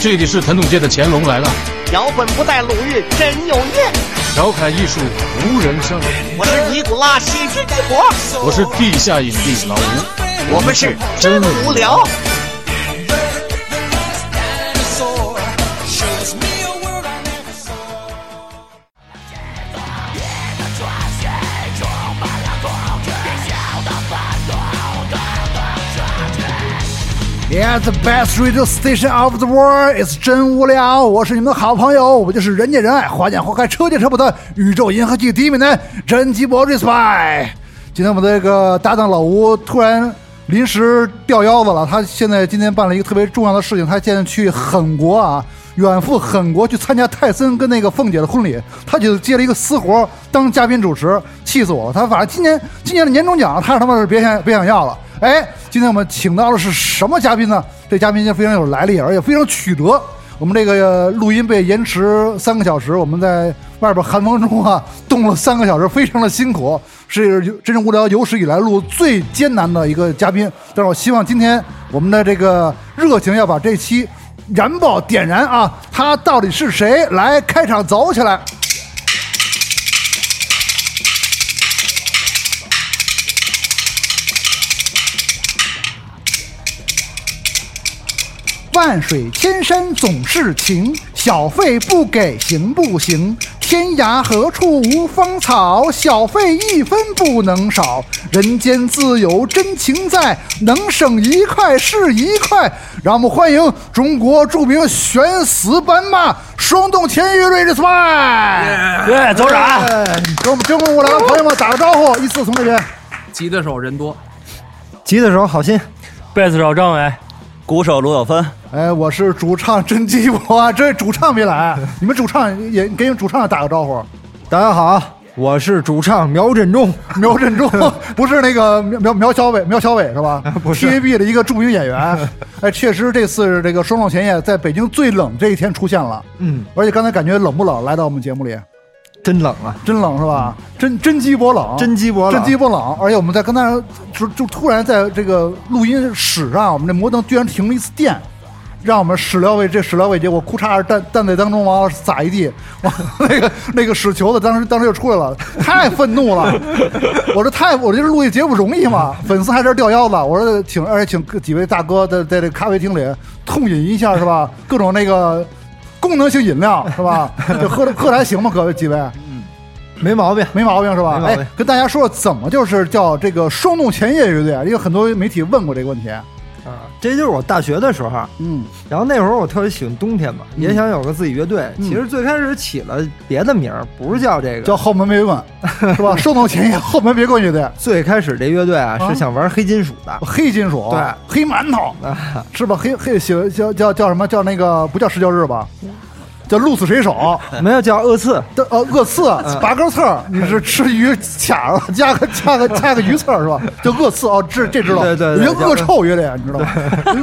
这里是谭董界的乾隆来了，脚本不带鲁豫真有韵。调侃艺术无人商量。我是尼古拉喜之之国，我是地下影帝老吴，我们是真无聊。 Yeah, the best radio station of the world is 真无聊，我是你们的好朋友，我就是人见人爱、花见花开、车见车不的宇宙银河系第一名男真吉博 respect。今天我们的这个搭档老吴突然临时掉腰子了，他现在今天办了一个特别重要的事情，他现在去狠国啊，远赴狠国去参加泰森跟那个凤姐的婚礼，他就接了一个私活当嘉宾主持，气死我了。他反正今年今年的年终奖，他是他妈是别想别想要了。哎，今天我们请到的是什么嘉宾呢？这嘉宾就非常有来历，而且非常曲折。我们这个呃录音被延迟三个小时，我们在外边寒风中啊冻了三个小时，非常的辛苦，是真正无聊有史以来录最艰难的一个嘉宾。但是我希望今天我们的这个热情要把这期燃爆点燃啊！他到底是谁？来开场走起来！万水千山总是情，小费不给行不行？天涯何处无芳草，小费一分不能少。人间自有真情在，能省一块是一块。让我们欢迎中国著名悬死斑马双洞前玉瑞 r e s 对，走啊哎，给我们中国无聊的朋友们打个招呼，依次从这边。吉的手人多，吉的手好心，贝斯手张伟，鼓手卢晓芬。哎，我是主唱甄姬，我这主唱没来，你们主唱也给你们主唱打个招呼。大家好，我是主唱苗振中。 苗振中不是那个苗苗苗小伟，苗小伟是 吧？不是 TVB 的一个著名演 员。哎，确实这次这个双撞前夜在北京最冷这一天出现了，嗯，而且刚才感觉冷不冷？来到我们节目里，真冷啊！真冷是吧？真真鸡脖冷，真鸡脖冷真鸡脖冷。而且我们在刚才就就突然在这个录音室上，我们这摩登居然停了一次电。让我们始料未这始料未及，我裤衩儿蛋蛋在当中往撒一地，我那个那个屎球子当时当时就出来 了，太愤怒了，我说太我这录一节目容易吗？粉丝还这掉腰子，我说请而且请几位大哥在在这咖啡厅里痛饮一下是吧？各种那个功能性饮料是吧？就喝着喝着还行吗？各位几位？没毛病，没毛病是吧？没毛病哎，跟大家说说怎么就是叫这个双动前夜乐队啊？因为很多媒体问过这个问题。啊，这就是我大学的时候。嗯然后那会儿我特别喜欢冬天嘛，也想有个自己乐队。嗯其实最开始起了别的名儿，不是叫这个。叫后门别 棍，是吧？双动前夜后门别棍乐队，最开始这乐队啊，啊哦是想玩黑金属的。黑金属，对，黑馒头啊，是吧？黑黑喜叫叫叫什么？叫那个不叫施教日吧？叫鹿死谁手，没有叫恶刺，的呃鳄刺嗯拔根刺儿，你是吃鱼卡了，加个加个加个鱼刺儿是吧？叫鳄刺哦，这这知道，对对有对一个恶臭乐队，你 知道吗？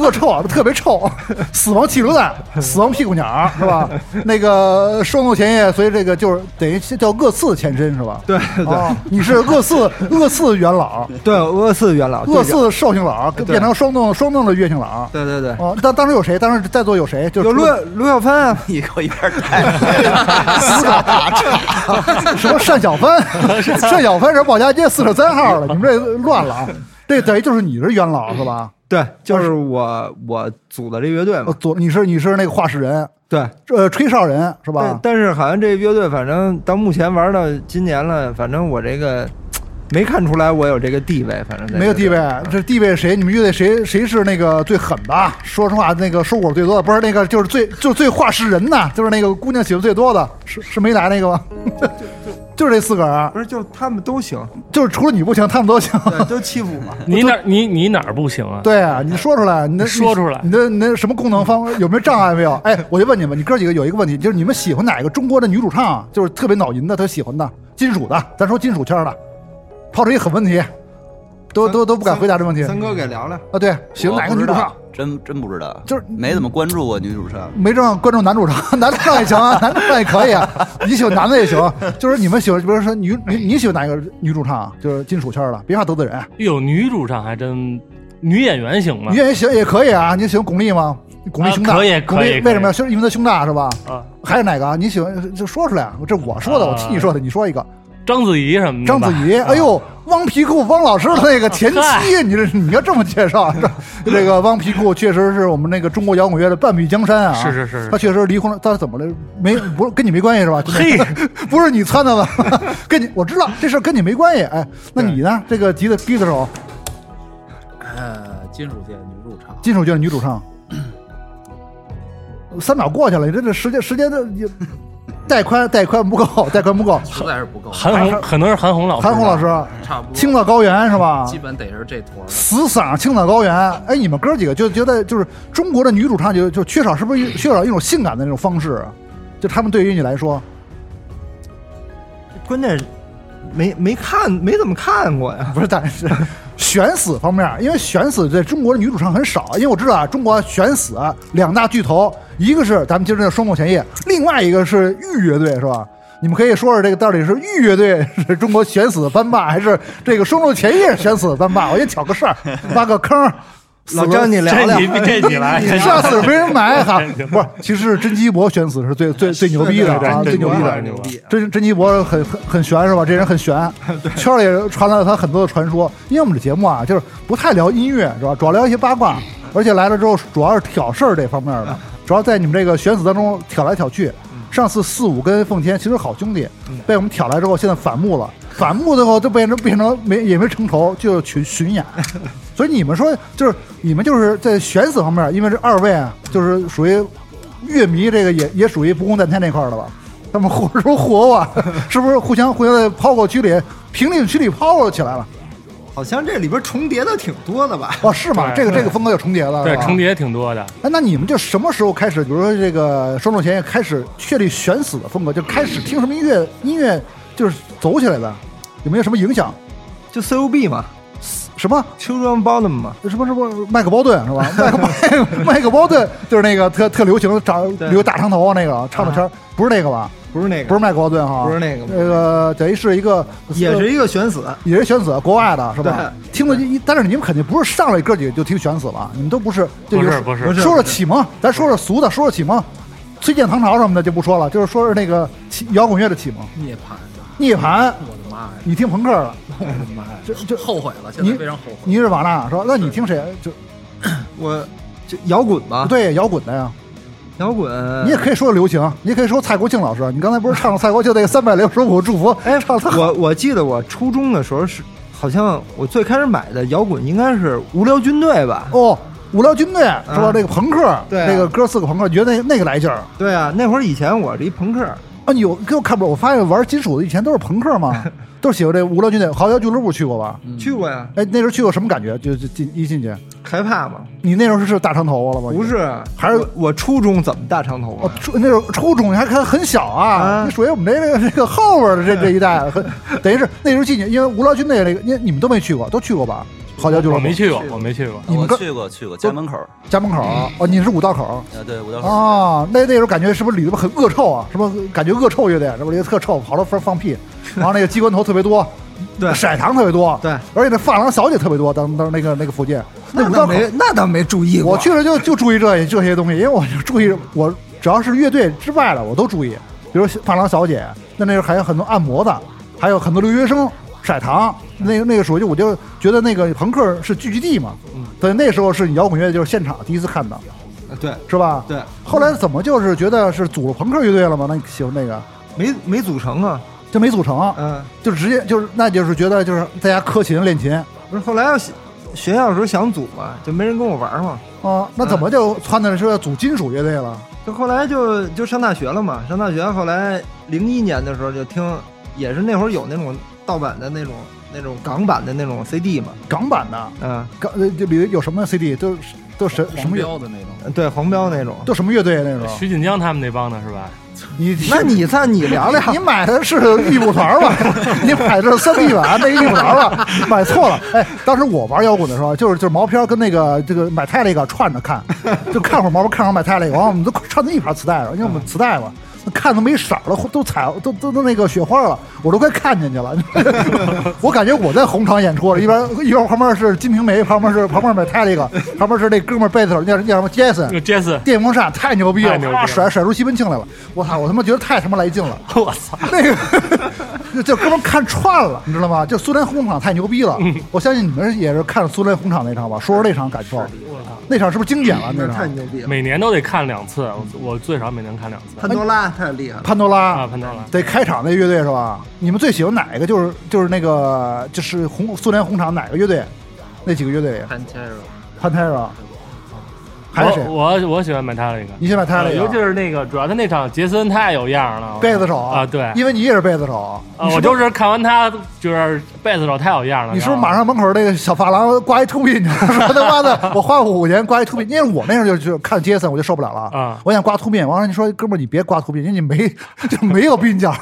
恶臭啊，特别臭，死亡气流弹，死亡屁股鸟儿是吧？那个双头前夜，所以这个就是等于叫恶刺前身是吧？对对哦，你是恶刺恶刺元老，对恶刺元老，恶队长。刺寿星老对变成双洞双洞的月姓老。对对对，哦，当当时有谁？当时在座有谁？就有卢论。卢晓芬啊， 你给我 一边带。 什么单小帆，单小帆是保家街四十三号了，你们这乱了啊！这等于就是你是元老是吧？对，就是我我组的这乐队呃嘛。左你是你是那个话事人，对，呃，吹哨人是吧但？但是好像这乐队，反正到目前玩到今年了，反正我这个没看出来我有这个地位，反正在没有这地个位，这地位谁？你们乐队谁谁是那个最狠的啊？说实话，那个收果最多的不是那个，就是最就是最话事人呐，就是那个姑娘喜欢最多的，是是没来那个吗？ 就是这四个人，啊不是就他们都行，就是除了你不行，他们都行。 对，都欺负我。你哪儿你你哪儿不行啊？对啊，你说出来，你的你说出来你的你的什么功能方 有没有障碍没有？哎，我就问你们，你哥几个有一个问题，就是你们喜欢哪个中国的女主唱啊？就是特别脑银的，特喜欢的金属的，咱说金属圈的，抛出一狠问题，都都都不敢回答这问题三哥给聊聊，啊。对，喜欢哪个女主唱？？真真不知道，就是没怎么关注过女主啊唱。没正关注男主唱，男主唱也行啊， 男主唱也可以啊，你喜欢男的也行。就是你们喜欢，比如说哎女你你喜欢哪个女主唱啊？就是金属圈的，别怕得罪人。有女主唱还真女演员行吗女？演员行也可以啊，你喜欢巩俐吗？巩俐啊胸大，可以巩可以俐可为以什么要胸？因为她胸大是吧？啊，还有哪个啊？你喜欢就说出来啊，这我说的，我替你说的，你说一个。章子怡什么的。章子啊怡，哎，呦，汪皮裤，汪老师的那个前妻，你这你要这么介绍，这这个汪皮裤确实是我们那个中国摇滚乐的半壁江山啊。是是是是他确实离婚了，他怎么了？没不是跟你没关系是吧？嘿， 不是你撺掇的，跟你我知道这事儿跟你没关系。哎，那你呢？这个吉他吉他手，呃，金属界女主唱，金手绢女主唱，三秒过去了，你这这时间时间的也 带宽带宽不够，带宽不够。实在是不够，韩红可能是韩红老师。韩红老师，嗯差不多，青藏高原是吧？基本得是这坨儿的。死嗓青藏高原。哎，你们哥几个就觉得就是中国的女主唱就就缺少是不是缺少一种性感的那种方式啊？就他们对于你来说，关键没没看没怎么看过呀。不是但是选死方面，因为选死在中国的女主唱很少，因为我知道啊，中国选死啊两大巨头，一个是咱们今儿的双木前夜，另外一个是玉乐队，是吧？你们可以说说这个到底是玉乐队是中国选死的班霸，还是这个双木前夜选死的班霸？我先挑个事儿，挖个坑儿。老张，你聊这聊你，这你来，你上次没人买哈，不是，其实是甄姬博选死是最最最牛逼的啊，最牛逼啊的。牛逼。甄甄姬博很很很玄是吧？这人很玄，圈儿里传了他很多的传说。因为我们这节目啊，就是不太聊音乐是吧？主要聊一些八卦，而且来了之后主要是挑事儿这方面的，主要在你们这个选死当中挑来挑去。上次四五跟奉天其实好兄弟，被我们挑来之后，现在反目了，反目之后就变成变成没也没成仇，就群巡演。所以你们说，就是你们就是在选死方面，因为这二位啊，就是属于乐迷，这个也 也属于不共戴天那块儿的吧？他们互说互殴啊， 是不是互相互相在抛过区里、评论区里抛过起来了？好像这里边重叠的挺多的吧？哦，是吗？对这个这个风格就重叠了，对是吧重。叠挺多的，哎，那你们就什么时候开始，比如说这个双重前也开始确立选死的风格，就开始听什么音乐？音乐就是走起来的，有没有什么影响？就 C O B 嘛什么？ ，Children Bottom 嘛，什么什么麦克鲍顿是吧？麦克鲍麦克鲍顿就是那个特特流行的长对留大长头发啊那个唱的圈儿，不是那个吧？不是那个，不是麦克鲍顿哈，不是那个那个等于是一个呃也是一个选死。也是选死，国外的是吧？听了一，但是你们肯定不是上来哥几个就听选死了，你们都不是，就不是就不是说说启蒙，咱说说俗的，说说启蒙，崔健、唐朝什么的就不说了，就是说是那个启摇滚乐的启蒙，涅槃，涅槃，我的妈呀，你听朋克了，我的妈呀，这这后悔了，现你在非常后悔。你是瓦纳说，那你听谁？就我就摇滚嘛，不，对摇滚的呀。摇滚。你也可以说流行，你也可以说蔡国庆老师。你刚才不是唱了蔡国庆那个三百六十五祝福？哎，唱得特好我我记得我初中的时候是，好像我最开始买的摇滚应该是无聊军队吧？哦，无聊军队是吧？这个朋克，对啊这个哥四个朋克，你觉得那那个来劲儿对啊，那会儿以前我是一朋克，啊？你有给我看不？我发现玩金属的以前都是朋克 嘛，都是喜欢这无聊军队。豪摇俱乐部去过吧？去过呀，哎，那时候去过什么感觉？就就进一进去，害怕嘛？你那时候是大长头发了吗？不。是，还是嗯我我初中怎么大长头啊哦发，？初那时候初中你还看很小啊，啊你属于我们这这个这个后边的这这一 代，很等于是那时候进去，因为无聊军队那个，你你们都没去过，都去过吧？豪摇俱乐我部没去过，我没去过。你们我跟去过去过，家门口儿，家门口儿哦，你是五道口呃，对，五道儿口儿。哦，那那时候感觉是不是里头很恶臭啊？什么感觉恶臭乐队，什么里头特臭，好多放放 屁，然后那个机关头特别多，对色糖特别多，对，而且那发廊小姐特别多，当当那个那个附近，那五道口儿那倒没注意我去了就就注意这些这些东西，因为我就注意我只要是乐队之外的我都注意，比如发廊小姐，那那时候还有很多按摩的，还有很多留学生。色糖，那个那个属于就我就觉得那个朋克是聚集地嘛，嗯对，那时候是摇滚乐就是现场第一次看到，对，是吧？对后来怎么就是觉得是组了朋克乐队了吗？那你喜欢那个没没组成啊，就没组成，嗯，就直接就是那就是觉得就是在家磕琴练琴啊、不是后来要学学校的时候想组嘛，就没人跟我玩嘛，啊那怎么就穿的是要组金属乐队了？就后来就就上大学了嘛，上大学后来零一年的时候就听，也是那会儿有那种盗版的那种那种港版的那种 CD 嘛，港版的，嗯，港呃这里有什么 CD 都是都是什什黄么乐标的那种，对，黄标那种。都什么乐队那种？徐锦江他们那帮的是吧？你啊那你算你聊聊，你买的是玉木团吧？你买的是三 D 版那个玉木团吧？买错了。哎，当时我玩摇滚的时候，啊就是就是毛片跟那个这个买哦泰那个串着看，就看会儿毛片，看会儿买泰那个，然后我们都串在一盘磁带上，因为我们磁带嘛。看都没色儿了，都彩都都都那个雪花了，我都快看见去了。 我感觉我在红场演出了，一边一边旁边是《金瓶梅》，旁边是旁边买泰利克，旁边是那哥们儿贝斯手叫叫什么杰那个森，杰森，电风扇太牛逼了，嗯太牛逼啪了甩甩出西门庆来了。我操，我他妈觉得太他妈来劲了。我操，那个 这哥们儿看串了，你知道吗？就苏联红场太牛逼了，嗯我相信你们也是看了苏联红场那场吧？说说那场感受，那场是不是经典嗯了？那那太场牛逼了！每年都得看两次，我我最少每年看两次。潘多拉太厉害了，潘多啊，拉。潘多拉，得开场那乐队是吧？你们最喜欢哪一个？就是就是那个就是红苏联红场哪个乐队？那几个乐队潘切尔， ？Pantera，还有谁哦我？呃我我喜欢买他那个，哎你先把他那尤其个是那个，主要他那场杰森太有样了，贝斯手啊，对，因为你也是贝斯手，啊，你我不就是看完他，就是贝斯手太有样了。你是不是然后马上门口那个小发廊刮一秃鬓去了？说 他妈的，我花五块钱刮一秃鬓，因为我那时候就就看杰森我就受不了了啊我想刮秃鬓，完了你说哥们儿你别刮秃鬓，因为你没就没有鬓角，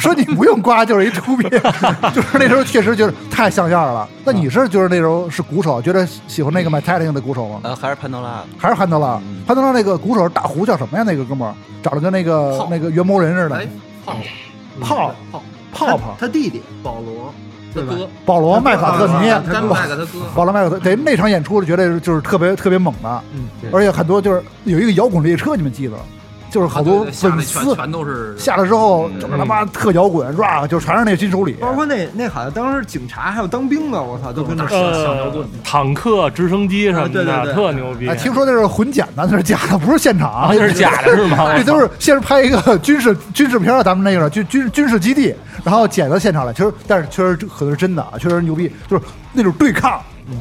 说你不用刮就是一秃鬓， 就是那时候确实觉得太像样了。那你是就是那时候是鼓手，觉得喜欢那个 Metallica 的鼓手吗？呃，还是潘 多拉，还是潘德拉？潘德拉那个鼓手大胡叫什么呀？那个哥们儿长得跟那个那个元谋人似的哎，嗯泡泡泡泡泡他弟弟保罗，他对吧哥，保罗麦卡特尼，啊詹姆麦克他哥，保罗麦克特，对那场演出，觉得就是特别特别猛的，嗯而且很多就是有一个摇滚列车，你们记得，就是好多啊对对下粉那丝全全都是嗯下来之后，就是他妈特摇滚 rock，就全是那金手礼，包括那那好像当时警察还有当兵的，我操，都跟着是上。小牛呃顿，坦克、直升机什么啊对对的，对特牛逼哎，。听说那是混剪的，那是假的，不是现场，啊啊那是 假的是吗这都是先是拍一个军事军事片儿，啊咱们那个军军军事基地，然后剪到现场来。其实，但是确实可能是真的啊，确实牛逼，就是那种对抗。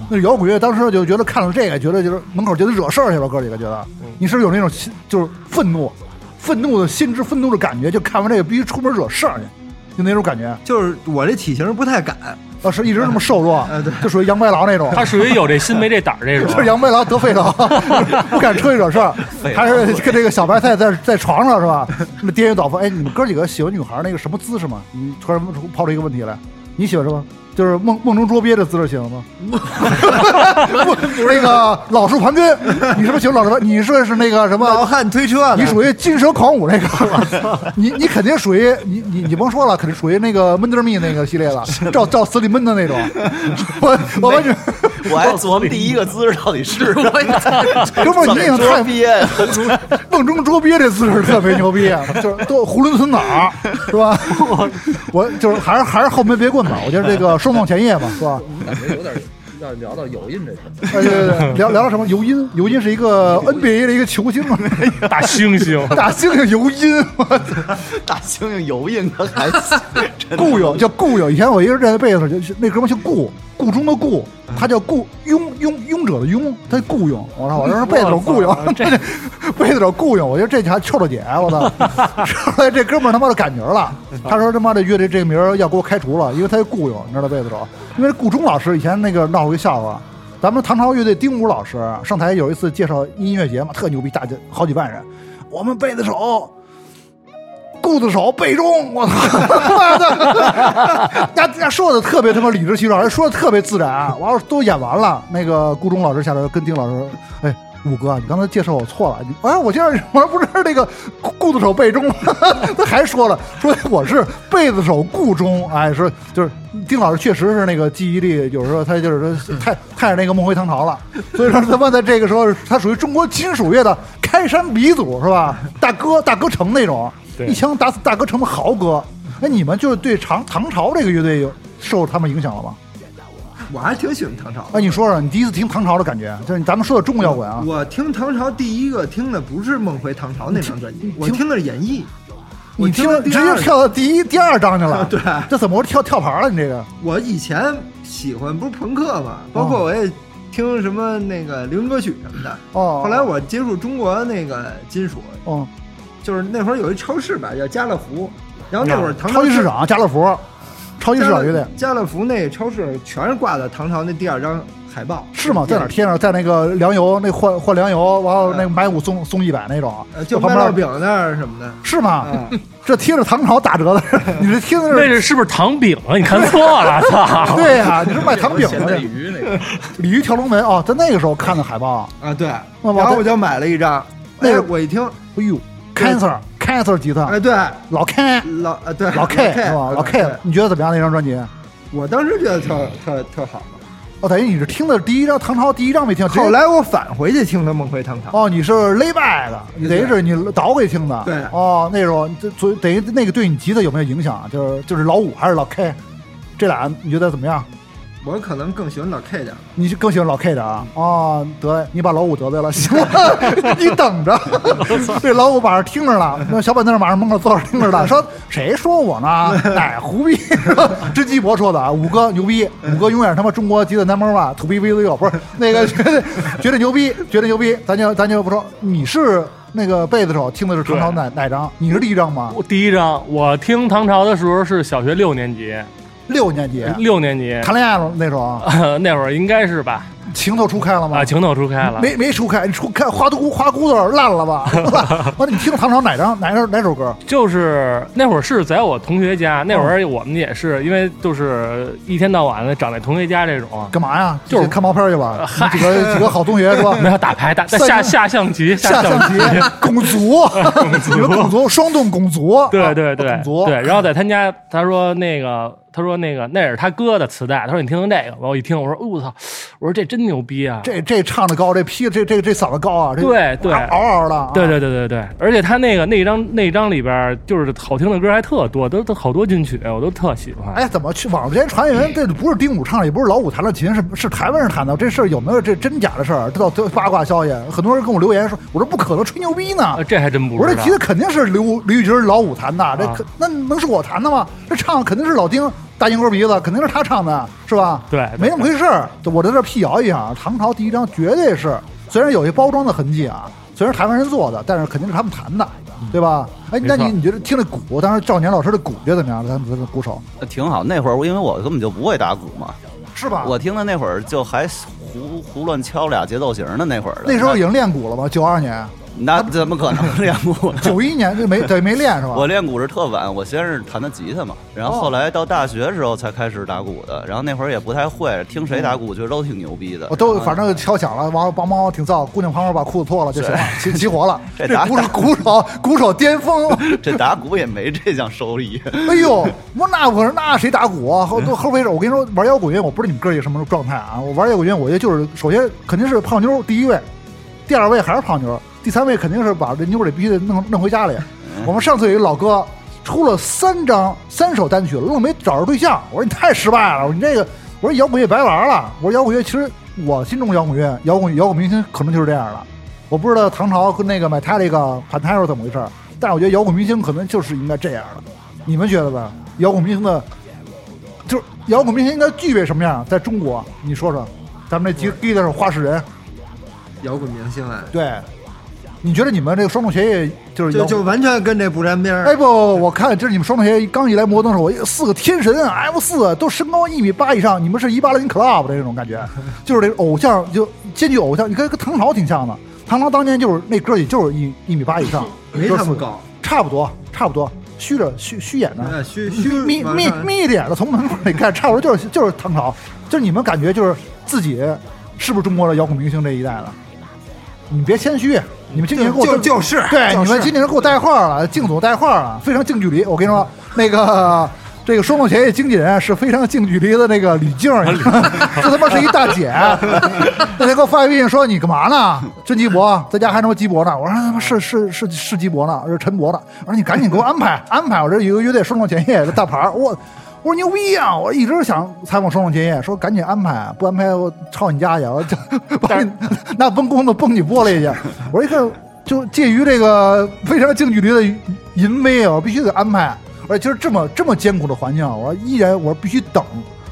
那摇滚乐当时就觉得看了这个，觉得就是门口觉得惹事儿去了，哥几个觉得，你是不是有那种心就是愤怒、愤怒的心之愤怒的感觉？就看完这个必须出门惹事儿去，就那种感觉。就是我这体型不太敢，啊，是一直那么瘦弱哎对，就属于杨白劳那种。 他属于有这心没这胆 儿这就是种。杨白劳得肺痨， 不敢出去惹事儿，还是跟这个小白菜在在床上是吧？那么颠晕倒伏。哎，你们哥几个喜欢女孩那个什么姿势吗？你突然抛出一个问题来，你喜欢什么？就是梦梦中捉鳖的姿势喜欢吗？不，那个老树盘根，你是不是喜欢老树盘？你是不是那个什老么？汉推车你属于金蛇狂舞那个，你你肯定属于你你你甭说了，肯定属于那个闷得蜜那个系列了，照照死里闷的那种。我我完全。我还琢磨第一个姿势到底是什么， 哥们儿，你已经太捉 鳖，梦中捉鳖这姿势特别牛逼，啊 就是都囫囵吞枣儿，是吧？我就是还是还是后门别棍吧，我觉得这个收放前夜嘛，是吧？感觉有点要聊到油印这事儿。哎对对对，聊聊到什么？尤因，尤因是一个 NBA 的一个球星嘛， 大猩猩， 大猩猩尤因，我操大猩猩油印的还行 真的顾有叫顾有，以前我一个人在辈子就是那哥们儿姓顾，顾中的顾，他叫顾庸庸庸者的庸，他雇佣。我操，我 说辈子手雇佣，这辈子手雇佣，我觉得这还臭了姐，我 操！后来这哥们儿他妈的赶明儿了，他说他妈的乐队这个名儿要给我开除了，因为他是雇佣，你知道辈子手，因为顾中老师以前那个闹过一笑话。咱们唐朝乐队丁武老师上台有一次介绍音乐节嘛，特牛逼，大家好几万人。我们贝子手顾子手背中， 我操，妈的，家家说的特别他妈理直气壮，而且说的特别自然啊。完了都演完了，那个顾中老师下来跟丁老师说：“哎，五哥，你刚才介绍我错了，你哎，我介绍你，我说不是那个顾顾子手背 中吗？他还说了，说我是贝子手顾中，哎，说就是丁老师确实是那个记忆力，有时候他就是说太太那个梦回唐朝了，所以说他妈在这个时候，他属于中国金属乐的开山鼻祖是吧？大哥大哥城那种。”对一枪打死大哥成了豪哥。哎，你们就是对唐唐朝这个乐队有受他们影响了吗？我还挺喜欢唐朝的。哎，你说说你第一次听唐朝的感觉，就是咱们说的中国摇滚啊，我听唐朝第一个听的不是《梦回唐朝》那张专 辑，我听的是《演绎》。我你听的直第二接个啊跳到第一第二章去了， 对这怎么回事跳跳牌了？你这个我以前喜欢不是朋克嘛，哦包括我也听什么那个流行歌曲什么的。哦，后来我接触中国那个金属，哦，就是那会儿有一超市吧，叫家乐福，然后那会儿唐朝啊超级市场家乐福，超级市场乐队家乐福那超市全是挂的唐朝那第二张海报，是吗？在哪儿贴？贴上？在那个粮油那换换粮油，完后那买五送送一百那种啊呃，就旁卖烙边啊饼那儿什么的。是吗？嗯这贴着唐朝打折的， 你这贴的那是是是不是糖饼啊？你看错 了，操！对呀，你是卖糖饼咸的带。鱼那个， 鲤鱼跳龙门哦，在那个时候看的海报，啊，对，那我然后我就买了一张。那哎，个我一听，哎呦， Cancer Cancer 吉他，哎，对，老 K 老呃对啊老 K 对是吧？老对 K，你觉得怎么样？那张专辑？我当时觉得特特特好。哦，等于你是听了第一张唐朝第一张没听，直接后来我返回去听的《梦回唐朝》，哦，你是 lay back 的，你等于是你倒给听的。对哦，那时候就所以等于那个对你吉他有没有影响啊？就是就是老五还是老 K，这俩你觉得怎么样？我可能更喜欢老 K 点儿。你是更喜欢老 K 的啊？哦，得，你把老五得罪了， 行了，你等 着。这老五晚上听着了，那小板凳马上门口坐着听着了，说谁说我呢？ 哪胡逼？甄基博说的啊，五哥牛逼，五哥永远是他妈中国级的 number one，土逼啊 V 六不是那个 绝对绝对牛逼，绝对牛逼。咱就咱就不说，你是那个贝斯手，听的是唐朝哪哪张？你是第一张吗？我第一张，我听唐朝的时候是小学六年级，六年级六年级、谈恋爱了那种啊， 那会儿应该是吧？情窦初开了吗？啊，情窦初开了。没没初开，你初开花都花骨朵烂了 吧？完了，你听唐朝哪张哪首哪首歌？就是那会儿是在我同学啊家，那会儿我们也是因为就是一天到晚的长在同学家这种，干嘛呀？就是去看毛片去吧。你几个几个好同学是吧？没有打牌打三下下象 棋下象象棋，拱 卒，你们拱卒，双动拱卒，对对对拱卒，对，然后在他家，他说那个，他说那个，那是他哥的磁带，他说你听听这个，我一听，我说哦我操，我说这真牛逼啊！这这唱的高，这劈这这这嗓子高啊，这对对嗷嗷的啊，对对对对对，而且他那个那一张那一张里边儿就是好听的歌还特多，都都好多金曲，我都特喜欢。哎，怎么去？网上之前传言，这不是丁武唱的，也不是老五弹的琴，是是台湾人弹的。这事儿有没有这真假的事儿？这都都八卦消息，很多人跟我留言说，我说不可能，吹牛逼呢呃，。这还真不我说知这道吉。他肯定是刘刘宇军老五弹的，这可、啊那能是我弹的吗？这唱肯定是老丁大烟锅鼻子，肯定是他唱的，是吧？对对没那么回事儿。我在这儿辟谣一下啊，唐朝第一张绝对是，虽然有些包装的痕迹啊，虽然是台湾人做的，但是肯定是他们弹的，对吧？哎，嗯没那错你你觉得听这鼓，当时赵年老师的鼓觉得怎么样？咱们的鼓手挺好。那会儿我因为我根本就不会打鼓嘛，是吧？我听的那会儿就还胡胡乱敲俩节奏型的那会儿的。那时候已经练鼓了吧？九二年、那那怎么 可能练鼓呢？九一年就没对没练是吧？我练鼓是特晚，我先是弹的吉他嘛，然后后来到大学时候才开始打鼓的，然后那会儿也不太会，听谁打鼓觉得都挺牛逼的。啊我都然后反正敲响了，完了梆梆挺燥，姑娘旁边把裤子脱了就行了，齐齐活了。这 这打鼓手鼓手鼓手巅峰，这打鼓也没这项收益， 哎呦，我那我说那谁打鼓啊？后后后背手，我跟你说，玩摇滚乐我不知道你们哥几个什么状态啊。我玩摇滚乐，我觉得就是首先肯定是泡妞第一位，第二位还是泡妞，第三位肯定是把这妞儿得必须得弄 弄回家里。我们上次有一个老哥出了三张三首单曲了，愣没找着对象。我说你太失败了，我说你这个，我说摇滚乐白玩了。我说摇滚乐其实我心中摇滚乐，摇滚摇滚明星可能就是这样的。我不知道唐朝跟那个 Metallica、Pantera 怎么回事儿，但是我觉得摇滚明星可能就是应该这样的。你们觉得吧？摇滚明星的，就是摇滚明星应该具备什么样？在中国，你说说，咱们这吉吉他手花式人，摇滚明星啊，对，你觉得你们这个双重协议就是就摇就滚？完全跟这不沾边哎儿。不，我看这是你们双重协议刚一来摩登的时候，我四个天神 F 四都身高一米八以上，你们是一八零 club 的这种感 觉，就是这个偶像就兼具偶像，你跟跟唐朝挺像的。唐朝当年就是那哥也就是一一米八以上，没就他是们高，差不多差不多，虚着虚虚演的。哎虚 虚眯往眯上眯着眼的从门口里看，差不多就是就是唐朝，就是你们感觉就是自己是不是中国的摇滚明星这一代了？你别谦虚，你们今年给我就就是对，就是你们今年给我带话了，敬总带话了，非常近距离。我跟你说，那个。这个双梦协议经纪人啊是非常近距离的那个啊李静，你知道吗 这他妈是一大姐。 那天给我发一微信说你干嘛呢？真鸡博在家还他妈鸡博呢？我说他妈是是是是鸡博呢，是陈博呢。我说你赶紧给我安排安排，我这有个乐队双梦协议这大牌儿我。我说牛逼啊！我一直想采访双梦协议，说赶紧安排，啊不安排我抄你家去，啊我就把 你拿崩弓子崩你玻璃去。我一看，就介于这个非常近距离的淫威啊，我必须得安排。而且就是这么这么艰苦的环境啊，我说依然我说必须等，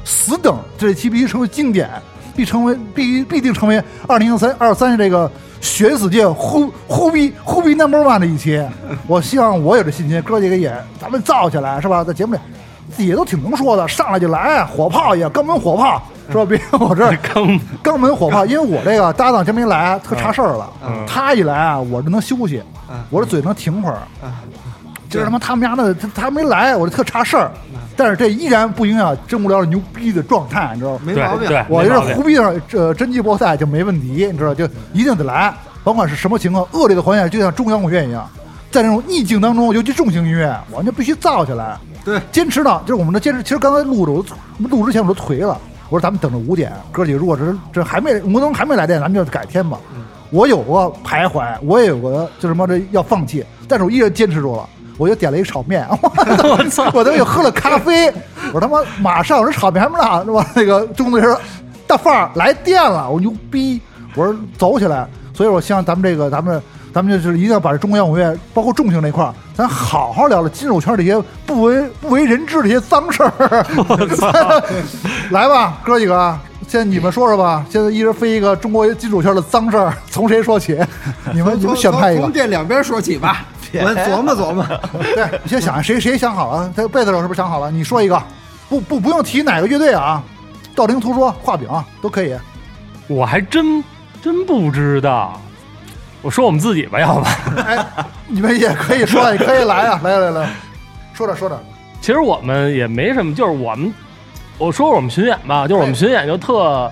死等，这期必须成为经典，必成为必必定成为二零三二三这个悬死界忽忽逼忽逼 number one 的一期。我希望我有这信心，哥几个也咱们造起来是吧？在节目里自己都挺能说的，上来就来，火炮也肛门火炮是吧？别看我这 儿坑肛门火炮，因为我这个搭档今儿没来，他查事儿了。嗯他一来啊，我这能休息，我这嘴能停会儿。嗯今儿他妈他们家的他他没来，我这特查事儿，嗯但是这依然不影响真无聊的牛逼的状态，你知道吗？没对毛病，对，我没觉得毛病嗯胡逼上这真季波赛就没问题，你知道，就一定得来，甭管是什么情况，恶劣的环境，就像中央滚乐一样，在这种逆境当中，尤其重型音乐，我们就必须造起来。对，坚持到就是我们的坚持。其实刚才录着，我都录之前我都颓了，我说咱们等着五点，哥几个如果这这还没摩登还没来电，咱们就改天吧。我有过徘徊，我也有过就什么这要放弃，但是我依然坚持住了。我就点了一炒面， 我操！我他妈又喝了咖啡，我说他妈马上我这炒面还没呢，是吧？那个钟子说：“大范儿来电了，我牛逼！”我说走起来，所以我希望咱们这个咱们咱们就是一定要把这中国摇滚乐，包括重型那块儿，咱好好聊聊金属圈这些不为不为人知的一些脏事儿。 来吧，哥几个，啊现在你们说说吧，现在一人飞一个中国金属圈的脏事儿，从谁说 起？你们你们选派一个从，这两边说起吧。我琢磨琢磨，对，你先想谁谁想好了？这贝子老师是不是想好了？你说一个，不不不用提哪个乐队啊，道听途说、画饼啊都可以。我还真真不知道。我说我们自己吧，要不？哎，你们也可以说，也可以来啊，来来来，说着说着，其实我们也没什么，就是我们，我说我们巡演吧，就是我们巡演就特，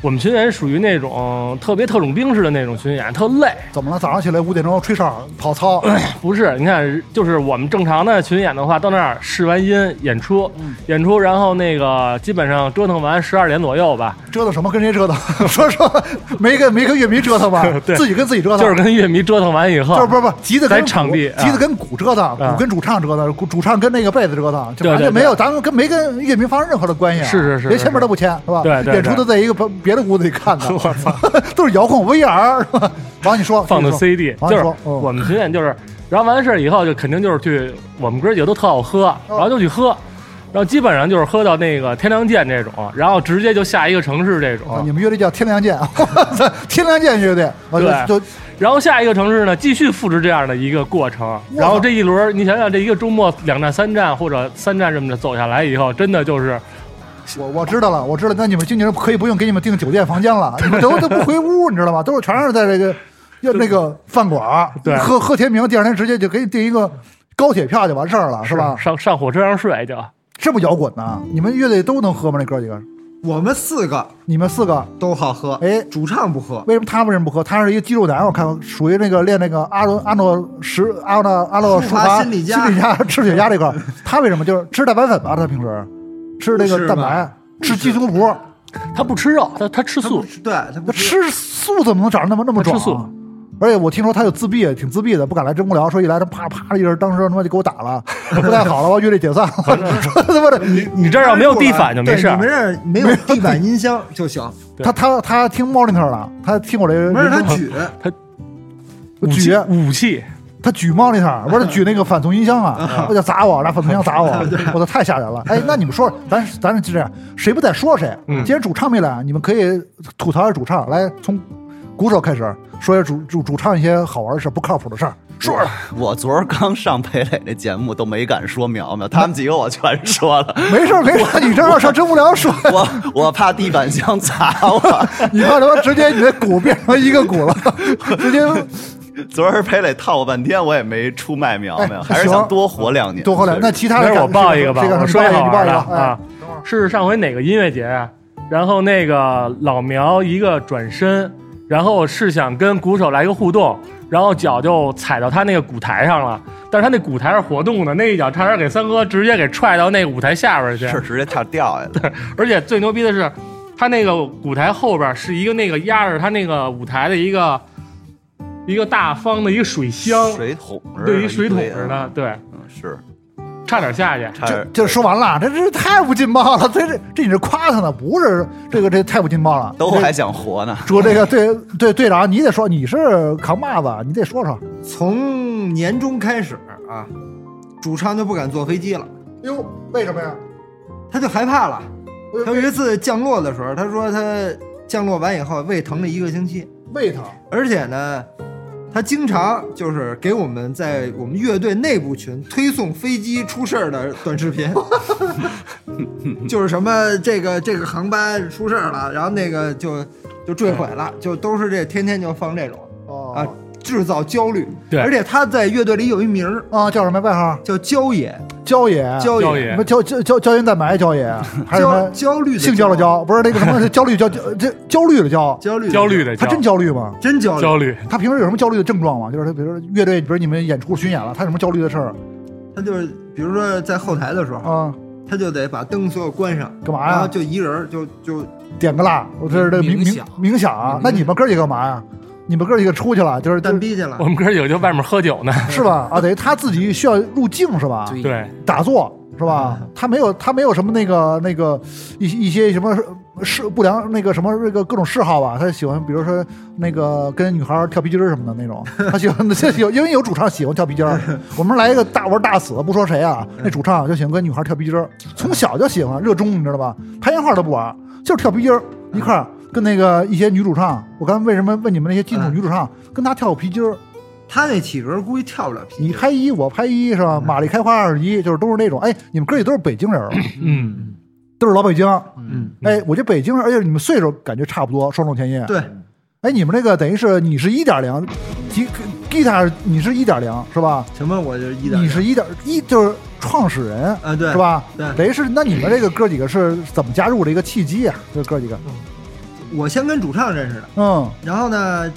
我们巡演属于那种特别特种兵式的那种巡演，特累。怎么了？早上起来五点钟吹哨跑操， 不是，你看，就是我们正常的巡演的话，到那儿试完音演出，嗯演出，然后那个基本上折腾完十二点左右吧，？折腾什么？跟谁折腾？ 说说，没跟没跟乐迷折 腾吧对自己跟自己折腾，就是跟乐迷折腾完以后，就是不是不是急得啊在跟鼓场地啊急得跟鼓折腾，啊鼓跟主唱折腾，鼓主唱跟那个贝子折腾，就对完对全没对有，咱们跟没跟乐迷发生任何的关系啊，是是是连是签名都不签，是吧？对对对演出都在一个别别的屋子里看 的，我操， 都是遥控 VR 是吧？王，你说放的你说 CD，王你就是说嗯我们巡演就是，然后完事儿以后就肯定就是去，我们哥几个都特好哦喝，然后就去喝，然后基本上就是喝到那个天亮见这种，然后直接就下一个城市这啊，种，你们乐队叫天亮见， 天亮见乐队，啊就就然后下一个城市呢继续复制这样的一个过程，然后这一轮儿你想想这一个周末两站三站或者三站这么着走下来以后，真的就是我我知道了，我知道，那你们经纪人可以不用给你们订酒店房间了，你们都都不回屋，你知道吗？都是全是在这个要那个饭馆儿对喝喝天明，第二天直接就给你订一个高铁票就完事儿了，是吧？上上火车上睡就。这么摇滚呢？你们乐队都能喝吗？那哥几个，我们四个你们四个，都好喝，哎主唱不喝，为什么他为什么不喝？他是一个肌肉男，我看属于那个练那个阿诺阿诺什阿诺阿诺舒舒华华 心理家吃雪茄这块儿，他为什么就是吃蛋白粉吧？他平时吃那不个吃蛋吧白，吃鸡胸脯。他不吃肉，他他吃他不素，对他不那吃素怎么能长得那么那么他壮、吃啊？而且我听说他有自闭，挺自闭的，不敢来真无聊。说一来，他啪啪一人，当时他妈就给我打了， 不太好了，我乐队解散了。说他妈的，你这儿要没有地板就没事对儿你们这儿没有地板音箱就 行， 他他他听 monitor 了，他听我这没事他举，武器举武器，他举 monitor，不是举那个反从音箱啊，我就砸我，拿反从音 箱砸我，我操，太吓人了。哎，那你们说，咱咱就这样，谁不在说谁？嗯既然主唱没来，你们可以吐槽一下主唱，来从鼓手开始说一下主主主唱一些好玩的事儿，不靠谱的事儿。说我昨儿刚上裴磊那节目都没敢说苗苗，他们几个我全说了。 没事儿没事儿，你这要事儿真无聊说。 我我怕地板箱砸我， 你看他妈直接你的鼓变成一个鼓了， 直接昨儿裴磊套我半天，我也没出卖苗苗，还是想多活两年。多后来。那其他没的事，我报一个吧，这个我说一一个，好你报玩一的个哎啊。，是上回哪个音乐节啊？然后那个老苗一个转身，然后是想跟鼓手来一个互动，然后脚就踩到他那个鼓台上了，但是他那鼓台是活动的，那一脚差点给三哥直接给踹到那个舞台下边去。是直接差点掉下来了，而且最牛逼的是，他那个舞台后边是一个那个压着他那个舞台的一个一个大方的一个水箱，水桶似的，对，一水桶堆似的，，对，嗯，是差点下去。差哎这点这说完了，这这太不劲爆了，这这这你是夸他呢，不是这个这太不劲爆了。都还想活呢。说这个队队队长，你得说你是扛把子，你得说说。从年中开始啊，主唱就不敢坐飞机了，哟，为什么呀？他就害怕了。他有一次降落的时候，他说他降落完以后胃疼了一个星期，为他而且呢，他经常就是给我们在我们乐队内部群推送飞机出事儿的短视频，就是什么这个这个航班出事儿了，然后那个就就坠毁了，就都是这天天就放这种哦啊，制造焦虑。对而且他在乐队里有一名儿啊，叫什么外号？叫焦野，焦野，焦啊焦野，野什么焦焦焦胶原蛋白焦野，还是什焦么焦虑的性焦的焦，焦？不是那个什么是焦虑 焦焦这焦虑的焦？焦虑的焦虑，的他焦，真焦虑吗？真焦虑。焦虑，他平时有什么焦虑的症状吗？就是他，比如说乐队，比如你们演出巡演了，他有什么焦虑的事儿他就是比如说在后台的时候，啊？他就得把灯所有关上，干嘛然后呀？啊就一人儿就就点个蜡，我这是这冥冥冥想冥想啊。那你们哥几个干嘛呀？你们哥几个出去了，就是蛋逼去哦了我。们哥几个就外面喝酒呢，是吧？啊，等于他自己需要入境是吧？对，打坐是吧？他没有他没有什么那个那个一些一些什么嗜不良那个什么那个各种嗜好吧？他喜欢比如说那个跟女孩儿跳皮筋儿什么的那种，他喜欢这有因为有主唱喜欢跳皮筋儿。我们来一个大玩大死，不说谁啊，那主唱就喜欢跟女孩儿跳皮筋儿，从小就喜欢热衷，你知道吧？排烟画都不玩，就是跳皮筋儿一块儿。跟那个一些女主唱，我刚才为什么问你们那些金主嗯女主唱，跟她跳皮筋儿，他那体格估计跳不了皮你筋。拍一，我拍一，是嗯吧？马丽开花二十一，就是都是那种，哎，你们哥几个都是北京人儿，嗯，都是老北京，嗯，哎，我觉得北京人，而且你们岁数感觉差不多，双手前夜。，对，哎，你们这个等于是你是一点零，吉吉他你是一点零是吧？什么我就是一点儿。你是一点一就是创始人啊，对，是？吧？对等于是那你们这个哥几个是怎么加入的一个契机啊？这哥几个，嗯我先跟主唱认识的，嗯，然后呢，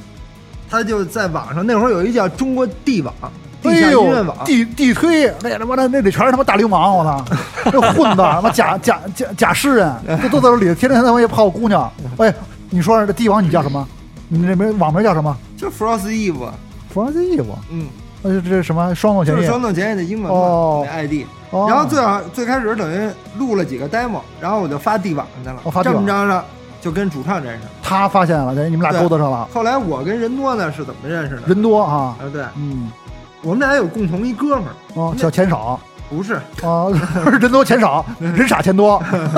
他就在网上那会儿有一叫中国地网，地下哎音乐呦网，，地地推那他妈的那里全是他妈大流氓，我 操，那混子，他妈假假假假诗人，这都在这里天天他妈也泡姑娘。喂，你说这帝王你叫什么？你这名网名叫什么？就 Frost Eve，弗兰西义夫，嗯，那就这什么双手就前是夜双。动前夜的英文嘛，哦那 ID。哦然后最好最开始等于录了几个 demo，然后我就发地网去了，哦发地这网么着呢，就跟主唱认识。他发现了，等于你们俩对勾搭上了，后来我跟人多呢是怎么认识的？人多啊，啊，对，嗯，我们俩有共同一哥们儿，哦，小钱少不是啊， 人多钱 少，人傻钱多，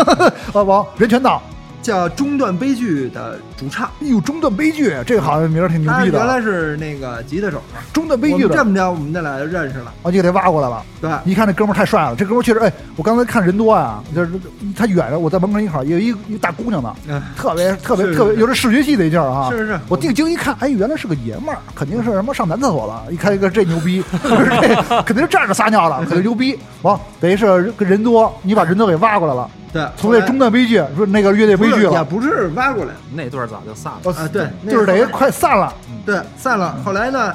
啊，王人全倒。叫中断悲剧的主唱，哎呦，中断悲剧这个好像名儿挺牛他逼的原啊，来是那个吉他手嘛。中断悲我剧们的这，么着，我们那俩就认识了，我就给他挖过来了。对，一看这哥们儿太帅了，这哥们儿确实，哎，我刚才看人多啊，就是他远着，我在门口一看，有一有一大姑娘呢，嗯，特别特别是是特别，有这视觉系的一劲儿啊。是是是， 我定睛一看，哎，原来是个爷们儿，肯定是什么上男厕所了。一看一个这牛逼， 这肯定是站着撒尿了，肯定牛逼。完，等于是跟人多，你把人多给挖过来了，对，从这中段悲剧，说那个乐队悲剧不是也了，不是挖过来的，那段儿早就散了。我啊对那就是时候等于快散了。对，散嗯了。后来呢，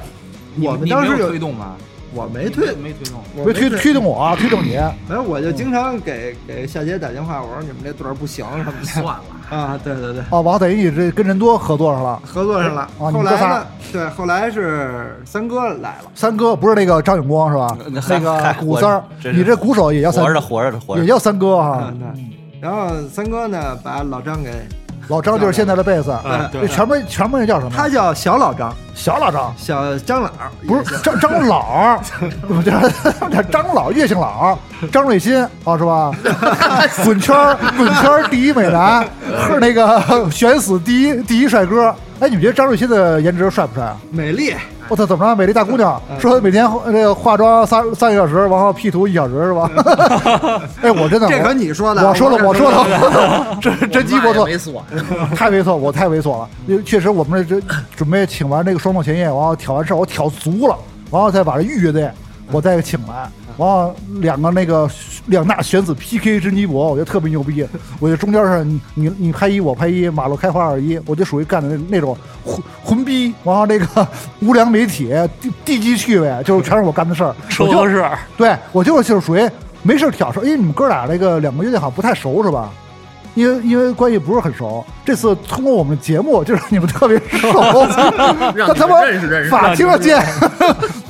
你我们你当时没有有推，动吧？我没你推，没推动。我别推推，推动我，啊推动你，反正我嗯就经常给给夏姐打电话，我说你们这段儿不行 什么算的。了，啊，对对对，哦，完等于你这跟人多合作上了。合作上了。哦你后们来哥呢仨，对，后来是三哥来了，三哥不是那个张永光是吧？那个鼓三儿，你这鼓手也叫三活着活着活也着，叫三哥哈、啊，对。然后三哥呢，把老张嗯给，老张就是现在的贝斯，啊这全名全名叫什么？他叫小老张，小老张，小张老儿，不是张张老儿，我这叫张老月姓老儿，张瑞新啊是 吧？滚圈儿滚圈儿第一美 男，是那个 选死第一第一帅哥。哎，你们觉得张瑞新的颜值帅不帅啊？美丽，我操，怎么着？美丽大姑娘嗯说每天那个化妆三三个小时，然后 P 图一小时是吧？哎，我真的这我可你说的，我说了，我说这 了，这这鸡我我操骂也，没算。 太猥琐，我太猥琐了。因为确实，我们这这准备请完这个双梦前夜，然后挑完事儿，我挑足了，然后再把这玉乐队我再请来，然后两个那个两大选子 PK 真鸡博，我觉得特别牛逼。我觉得中间是你你你拍一，我拍一，马路开花二一，我就属于干的那那种混混逼，然后那个无良媒体地地基趣味，就是全是我干的事儿。收我就 合适，对我就是就是属于没事儿挑事儿，因为你们哥俩这个两个乐队好像不太熟是吧？因为因为关系不是很熟，这次通过我们节目，就是你们特别熟， 让那你他们妈认识认识法听得见，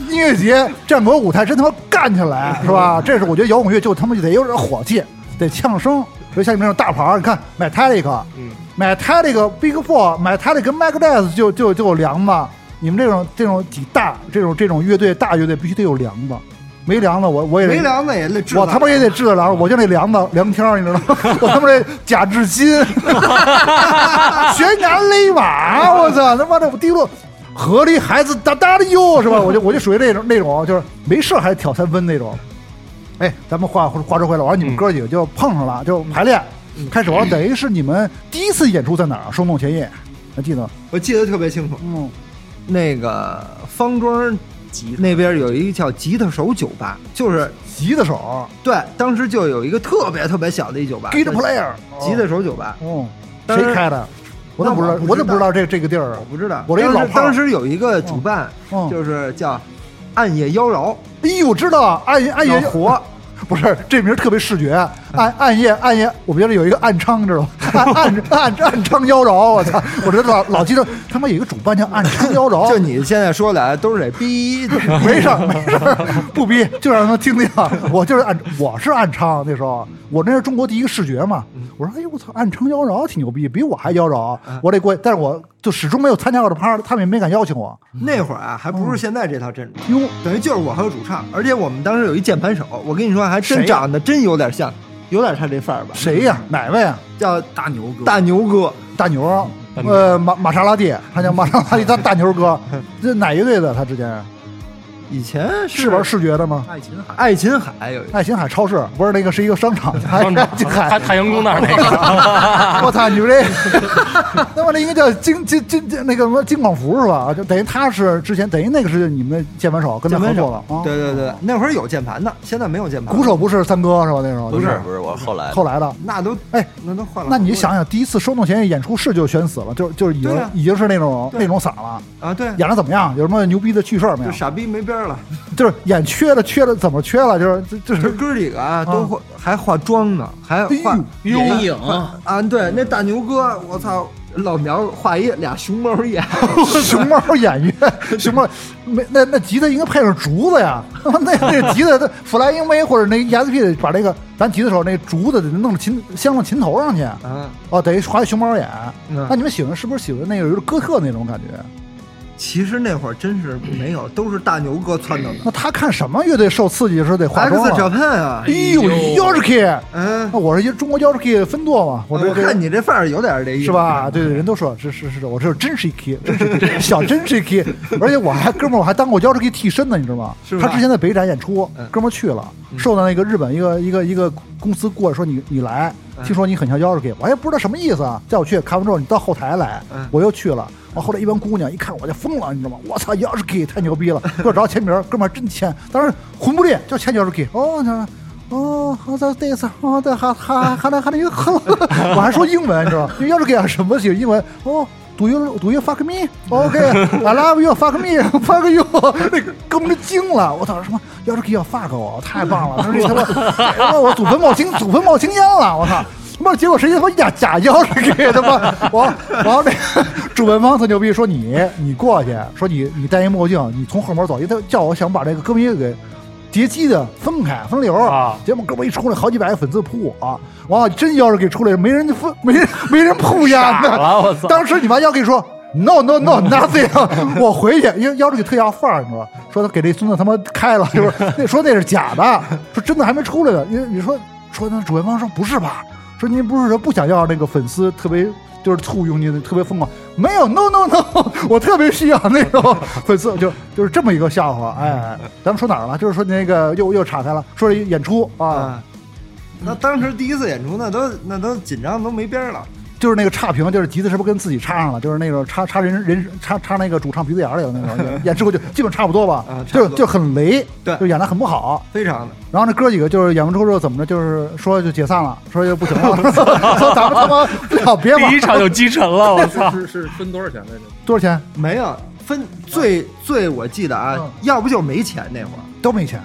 音乐节战国舞台真他妈干起来是吧？这是我觉得摇滚乐就他妈就得有点火气，得呛声。所以像你们这种大牌儿，你看买 t a l i c 嗯买 t a l i c Big Four，买 t a l i c 跟 m a c d e t h 就就就有梁子。你们这种这种几大这种这种乐队大乐队必须得有梁子，没梁子我我也得没梁子也得知道我他妈也得治疗，我就那梁子梁天儿，你知道吗？ 我他妈这贾志新， 悬崖勒马，我操他妈的我第一路河里孩子哒哒的哟，是吧？我就我就属于那种那种，就是没事儿还挑三分那种。哎，咱们话话说回来，我说嗯你们哥几个就碰上了，就排练开始完，等于是你们第一次演出在哪儿？双梦前夜，还记得？我记得特别清楚，嗯，那个方庄吉那边有一个叫吉他手酒吧，就是吉他手对，当时就有一个特别特别小的一酒吧， ，Git 就 Player，吉他手酒吧，哦，当时谁开的？我那怎么不知道？我我不知怎么不知道道这这个地儿啊我？不知道。我这当老时炮儿当时有一个主办，嗯，就是叫暗夜妖娆，哎呦，我知道，暗夜暗夜要活，不是这名儿特别视觉，暗暗夜暗夜，我们觉得有一个暗娼，知道吗？暗暗暗暗娼妖娆，我操！我这老老记得他妈有一个主办叫暗娼妖就娆，你现在说来都是得逼， 没事儿没事儿，不逼，就让他们听听。我就是暗，我是暗娼那时候，我那是中国第一个视觉嘛。嗯我说哎呦我操，暗娼妖娆挺牛逼，比我还妖娆，我得过去。但是我就始终没有参加过这趴，他们也没敢邀请我。那会儿啊，还不是现在这套阵容，哟，等于就是我还有主唱，而且我们当时有一键盘手，我跟你说还谁真呀长得真有点像，有点他这范儿吧？谁呀？哪位啊？叫大牛哥，大牛哥？大牛儿，大牛呃，玛玛莎拉蒂，他叫玛莎拉蒂，他大牛哥，这哪乐队的？他之前以前是玩视觉的吗？爱琴海，爱琴海有一爱琴海超市不是那个是一个商场，爱商场琴太 海，太阳宫那儿那 个，我操，你们这， 那么那应该叫金金金金那个什么金广福是吧？啊就等于他是之前等于那个是你们的键盘手跟他合键盘作手了啊，对对对，那会儿有键盘的，现在没有键盘。鼓手不是三哥是吧？那时候不就是不是，我后来的后来的。那都哎，那都换了。那你就想想，第一次收弄弦演出是就选死了，就就是已对啊经已经是那种对那种嗓了，啊，对，演的怎么样？有什么牛逼的趣事儿没有就？傻逼没边儿了。就是演缺了，缺了怎么缺了？就是就就这是哥几个啊，都化还化妆呢，还哎化眼影，啊，对，那大牛哥，我操，老苗画一俩熊猫眼， 熊猫演员，熊猫没那那吉他应该配上竹子呀， 那那那吉他的 Flying V 或者那 ESP 得把那个咱吉他手那竹子得弄到琴镶到琴头上去，啊，哦，等于画一熊猫眼。嗯那你们喜欢是不是喜欢那个有点哥特那种感觉？其实那会儿真是没有，都是大牛哥撺掇的。那他看什么乐队受刺激的时候得化 X 妆了？ Japan 啊哎，呦 y o s k i 嗯，那我是一中国 y o s k i 分舵嘛，我我这这哎看你这范儿有点这意思，啊是？吧？对对，人都说是是是，我这是真是一 K，真是一 K，小真是一 K，而且我还哥们儿我还当过腰椎 K 替身呢，你知道吗？是吧他之前在北展演出嗯，哥们儿去了，受到那个日本一个一个一个公司过来说你你来，嗯听说你很像腰椎 K，我也不知道什么意思啊，叫我去看完之后你到后台来嗯，我又去了。完后来一帮姑娘一看我就疯了，你知道吗？我操，腰椎 K 太牛 逼了，给我找签名儿，哥们儿真签，当时魂不吝就签腰椎 K，哦，他说。哦，好的，this，好的，哈哈哈的哈的又哈， 我还说英文，你知道吗？因为要是给点什么写英文，哦，do you do you fuck me？OK，I love you，fuck me，fuck you，那哥们儿就惊了，我操，什么要是给要 fuck 我，太棒了！他说这他妈，我祖坟冒青祖坟冒青烟了，我操！他妈，结果谁他妈假假腰是给他妈我，然后那个主办方特牛逼，说你你过去，说你你戴一墨镜，你从后门走，因为他叫我想把这个歌迷给劫机的分开分流啊结果哥们一出来，好几百个粉丝扑我，哇！真要是给出来，没人分，没人没人扑呀！傻了我操当时你妈要跟你说。No no no nothing！我 回去，因为腰这给特要范儿，你说说他给这孙子他妈开了，就是那说那是假的，说真的还没出来呢。因为你说说那主办方说不是吧？说您不是说不想要那个粉丝特别就是簇拥您特别疯狂？没有 no no no，我 特别需要那种粉丝，就就是这么一个笑话。哎，咱们说哪儿了？就是说那个又又岔开了，说这演出啊，啊。那当时第一次演出，那都那都紧张都没边儿了。就是那个差评，就是吉他是不是跟自己插上了？就是那种插插人人插插那个主唱鼻子眼儿里了那种，演演出就基本差不多吧，啊差就不多是就很雷，对就演的很不好。非常的，然后那哥几个就是演完之后怎么着，就是说就解散了，说就不行了，说咱们他妈最好别玩第一。场就击沉了，我操！是是分多少钱来着？多少钱没有分最最我记得啊嗯，要不就是没钱那会儿，都没钱，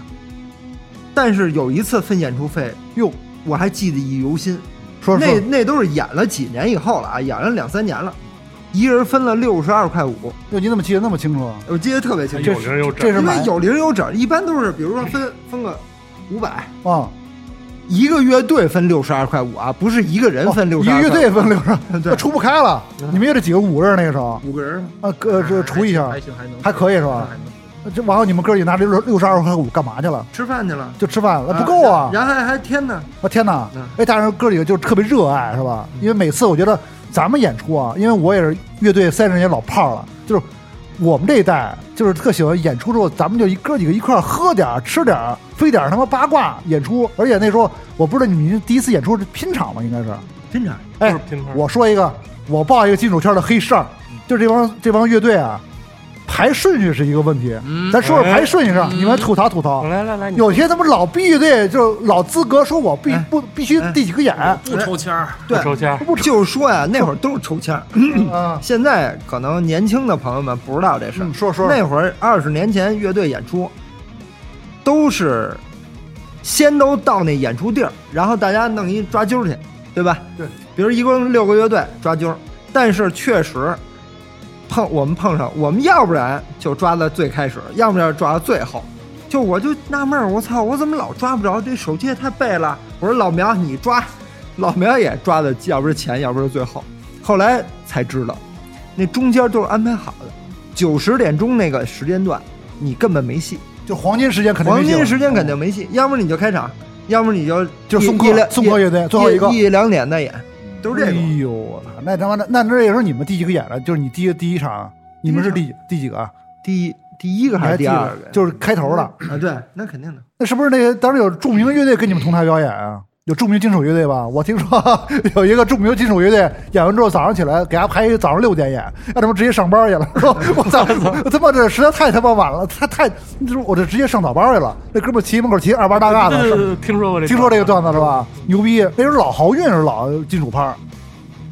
但是有一次分演出费，哟，我还记得忆犹新。说说那那都是演了几年以后了啊，演了两三年了，一人分了六十二块五，哟，你怎么记得那么清楚？我记得特别清楚。有零有这整，是因买为有零有整，一般都是比如说分分个五百，啊，一个乐队分六十二块五啊，不是一个人分六一十个二。乐队分六十，对那出不开了。你们也得几个五人那个时候五个人啊，啊，哥这除一下还，行还能还可以是吧还能这完后你们哥几个拿这六六十二块五干嘛去了？吃饭去了，就吃饭了，不够啊！然后还还天呐，我天哪嗯！哎，但是哥几个就特别热爱，是吧？因为每次我觉得咱们演出啊，因为我也是乐队三十年老炮儿了，就是我们这一代就是特喜欢演出之后，咱们就一哥几个一块儿喝点儿、吃点儿、非点儿他妈八卦演出。而且那时候我不知道你们第一次演出是拼场吗？应该是。真的，哎就是拼盘，我说一个，我报一个金属圈的黑事儿，就是这帮这帮乐队啊，排顺序是一个问题，嗯咱说说排顺序上，哎你们吐槽吐槽。来来来，你有些他妈老逼对，就老资格说我必哎不必须第几个眼，不抽签儿，对，抽签儿，不抽就是说呀，那会儿都是抽签儿。啊，现在可能年轻的朋友们不知道这事儿、嗯说说那会儿二十年前乐队演出，都是先都到那演出地儿，然后大家弄一抓阄去，对吧？对，比如一共六个乐队抓阄，但是确实碰我们碰上，我们要不然就抓在最开始，要不然抓到最后。就我就纳闷儿，我操，我怎么老抓不着？这手机也太背了。我说老苗你抓，老苗也抓的，要不是前，要不是最后。后来才知道，那中间都是安排好的，九十点钟那个时间段，你根本没戏，就黄金时间肯定没黄戏了哦金时间肯定没戏，要么你就开场，要么你就就一送一客两送客一乐队最后一个。一一两点再演，都是这哎种。呦我操，那他妈的那那也是你们第几个演了？就是你第一第一场，你们是第第几个啊？第一第一个你还还是记第二得个？就是开头了。啊，对，那肯定的。那是不是那个当时有著名乐队跟你们同台表演啊？有著名金属乐队吧？我听说 有一个著名金属乐队演完之后，早上起来给他排一早上六点演，让他们直接上班去了。 说我操，我他妈这实在太他妈晚了，太太，我这直接上早班去了。那哥们儿骑门口骑二八大杠呢，对对是对听说过这，听说这个段子是吧？牛逼！那时候老豪运是老金属派儿。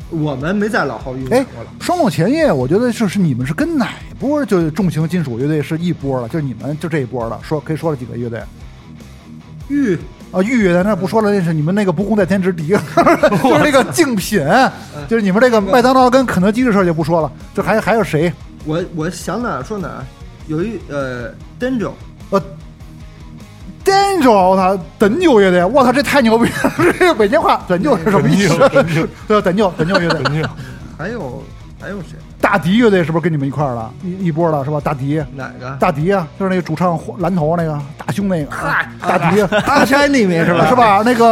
我们没在老好运哎过了，，双梦前夜，我觉得就是你们是跟哪波就是重型金属乐队是一波了？就是你们就这一波了，说可以说了几个乐队。玉啊，玉玉在那不说了，那是你们那个不共戴天之敌，就是这个竞品，就是你们这个麦当劳跟肯德基的事儿就不说了，这还还有谁？我我想哪儿说哪儿，有一呃 d a n g e 呃 d a n g e 我操，等牛乐队，我操，这太牛逼了！这个北京话，等牛是什么意思？对，等牛，等牛乐队，还有还有谁？大迪乐队是不是跟你们一块儿了？一一波了是吧？大迪，哪个？大迪啊，就是那个主唱黄蓝头那个大胸那个，啊大迪啊阿山里面是吧？是？吧？那个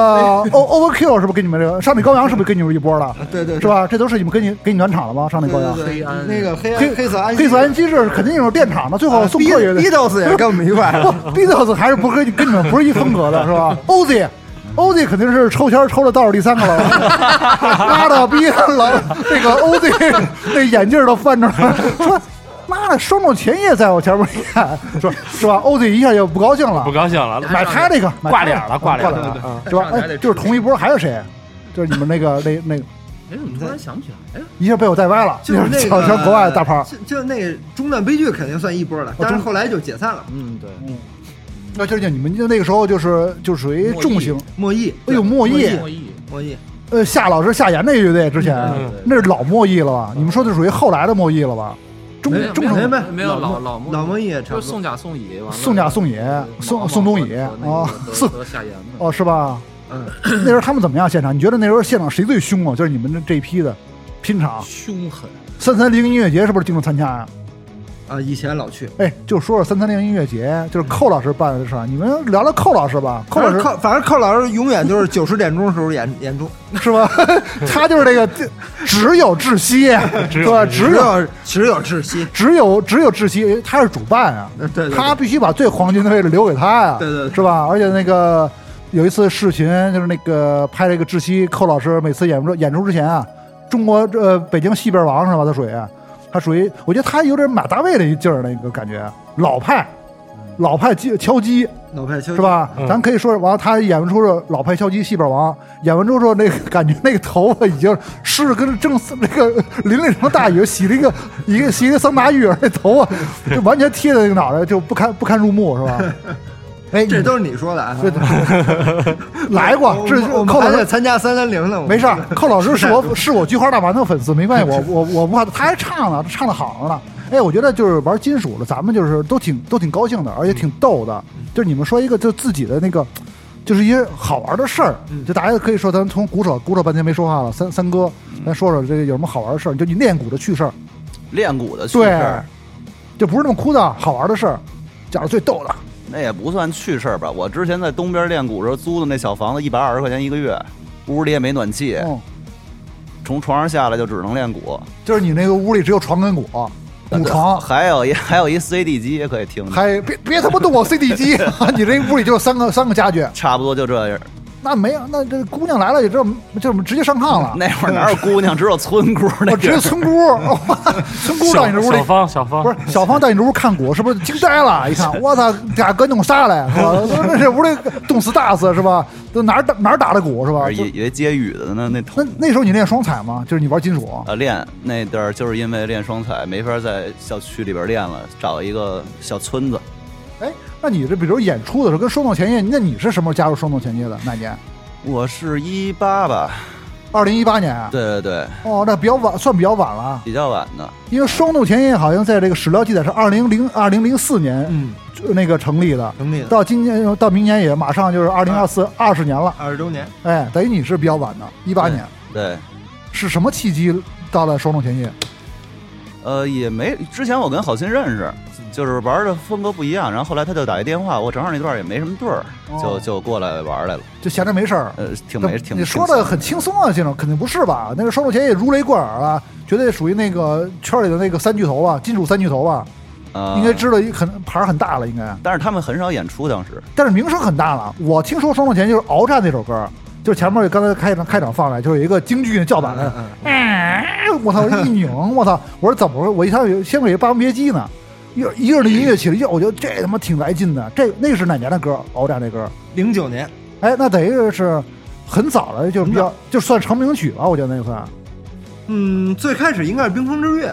O Overkill 是不是跟你们这个上美羔羊是不是跟你们一波了？对对，是？吧？这都是你们给你给你暖场了吗？上那对高阳对，黑暗对，那个黑黑黑色安息黑色安息是肯定有电场的，最后送客也得。 ，Beatles 也跟我们一块儿。 Beatles 还是不跟跟你们不是一风格的，是吧？Oz。Oz 肯定是抽签抽了倒数第三个了， 妈的逼了！那个 Oz 那眼镜都翻着了，说妈的双重前夜在我前面演，说是吧？Oz 一下就不高兴了不，高兴了，买他那个买他挂脸了啊挂挂脸脸了了，是吧？哎，就是同一波还有谁？就是你们那个那那哎，怎么突然想不起来呀？一下被我带歪了，就是那个抢全国外的大牌儿，就就那个中段悲剧肯定算一波了，但是后来就解散了。嗯，对，那就是你们就那个时候就是就属于重型，莫艺，哎呦莫艺，莫艺，莫艺，呃夏老师夏言那乐队之前嗯对那是老莫艺了吧？你们说的属于后来的莫艺了吧？中没有中没有程没有没有老老老莫老莫艺也差就不是多宋甲宋乙，完了宋甲宋乙宋宋冬乙啊啊，宋和夏言嘛哦是吧？嗯，那时候他们怎么样现场？你觉得那时候现场谁最凶啊？就是你们这这一批的拼场凶狠，三三零音乐节是不是经常参加呀？啊，以前老去。哎，就说说三三零音乐节，就是寇老师办的事儿，你们聊聊寇老师吧。寇反老正呃师寇，反正寇老师永远就是 九十点钟时候演演出， 是吧？他就是这 个只有窒息，是吧？啊只有有只有窒息。只有只有窒息，他是主办啊，嗯对对对他必须把最黄金的位置留给他呀、对对对是吧？而且那个有一次视频，就是那个拍了一个窒息，寇老师每次演出演出之前啊，中国这、呃、北京戏边王是吧？他属于啊他属于，我觉得他有点马大卫的劲儿，那个感觉啊老派，老派击敲击，老派秋是？吧？嗯咱可以说是，完了他演完出是老派敲击戏本王，演完之后那个感觉那个头发已经湿的跟正那个淋了一场大雨，洗了一个一个洗了一个桑拿浴，那头发就完全贴在那个脑袋，就不堪不堪入目，是吧？哎，这你都是你说的 啊。这来过，这我们寇老还在师参加三三零呢。我 们没事儿，寇老师是我是我菊花大馒头粉丝，没关系，我我我不怕，他还唱呢，唱的好着呢。哎，我觉得就是玩金属的，咱们就是都挺都挺高兴的，而且挺逗的。就是你们说一个，就自己的那个，就是一些好玩的事儿，就大家可以说，咱从鼓手鼓手半天没说话了，三三哥，咱说说这个有什么好玩的事儿，就你练鼓的趣事儿，练鼓的趣事对儿，，就不是那么枯燥，好玩的事儿，讲的最逗的。那也不算趣事儿吧。我之前在东边练鼓时候租的那小房子，一百二十块钱一个月，屋里也没暖气，嗯，从床上下来就只能练鼓。就是你那个屋里只有床跟鼓，鼓床。还有一还有一 CD 机也可以听，还别别他妈动我 CD 机，你这屋里就三个三个家具，差不多就这样。那没有，那这姑娘来了也知道，就是直接上炕了。那会儿哪有姑娘，哦只有村姑 那我直接个。村姑， 村姑到你这屋里小芳，小芳不是小芳到你这屋看鼓，是不是惊呆了？一看，我操，俩哥弄啥来？是吧？ 那这屋里冻死打死是吧？都哪儿打哪儿打的鼓是吧？以以为接雨的呢，那那桶那时候你练双踩吗？就是你玩金属，啊练那地儿就是因为练双踩没法在小区里边练了，找一个小村子。哎，那你这比如演出的时候跟双动前夜，那你是什么时候加入双动前夜的？哪年？我是一八吧，二零一八年啊。对对对，哦，那比较晚，算比较晚了，啊比较晚的。因为双动前夜好像在这个史料记载是二零零二零零四年、嗯，呃那个成立的，成立了到今年到明年也马上就是二零二四哎二十年了，二十周年，哎，等于你是比较晚的，一八哎年对，是什么契机到了双动前夜？呃，也没之前我跟好心认识，就是玩的风格不一样。然后后来他就打一电话，我正好那段也没什么队儿，就就过来玩来了。就闲着没事儿。呃，挺没挺你说的很轻松啊，先生，肯定不是吧？那个双手前也如雷贯耳啊，绝对属于那个圈里的那个三巨头啊，金属三巨头啊，啊，应该知道一很牌儿很大了，应该。但是他们很少演出，当时但是名声很大了。我听说双手前就是《鏖战》那首歌，就是前面刚才开场开场放来，就是有一个京剧的叫板的，嗯我操，我一拧，我操，我说怎么回事？我一看有先给《霸王别姬》呢，一一阵的音乐起来，哟，我觉得这他妈挺来劲的。这那是哪年的歌？《鏖战》这歌？零九年，哎，那等于是很早了，就是比较就算成名曲了，我觉得那算。嗯，最开始应该是《冰封之月》，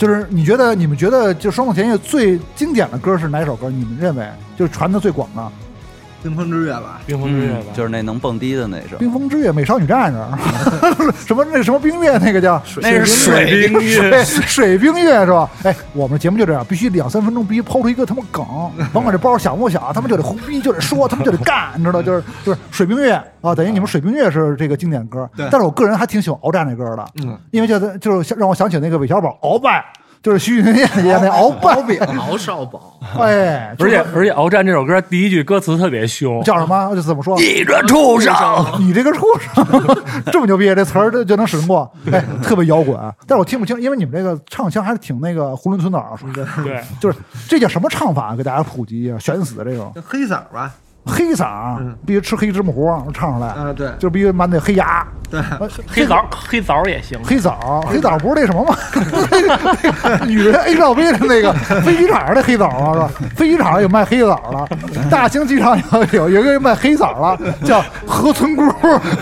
就是你觉得你们觉得就双凤前夜最经典的歌是哪首歌？你们认为就是传的最广的《冰封之月》吧，冰封之月嗯吧，就是那能蹦迪的那《首，冰封之月》《美少女战士》什么那什么冰月那个叫那是水 冰水水冰月是吧？哎，我们节目就这样，必须两三分钟必须抛出一个他妈梗，甭管这包想不想，他们就得胡逼，就得说，他们就得干，你知道？就是就是水冰月啊，等于你们水冰月是这个经典歌，对但是我个人还挺喜欢鏖战这歌的，嗯，因为就是就是想让我想起那个韦小宝鳌拜， 就是徐俊彦演那鳌拜，敖少宝，哎，就而是且而且《鏖战》这首歌第一句歌词特别凶，叫什么？就怎么说？一个畜生。 你这个畜生，这么牛逼，这词儿就就能使过，哎，特别摇滚。但是我听不清，因为你们这个唱腔还是挺那个囫囵吞枣儿，对，就是这叫什么唱法？啊给大家普及一下，悬死的这种黑嗓儿吧，黑嗓儿嗯，必须吃黑芝麻糊唱出来，啊，对就必须满嘴黑牙、对，黑枣黑枣也行，黑枣儿。黑枣儿不是那什么吗？ 那个女人 A 罩杯的那个飞机场上的黑枣儿啊，是吧？飞机场上有卖黑枣儿的，大兴机场有有有一个卖黑枣儿了，叫何村姑，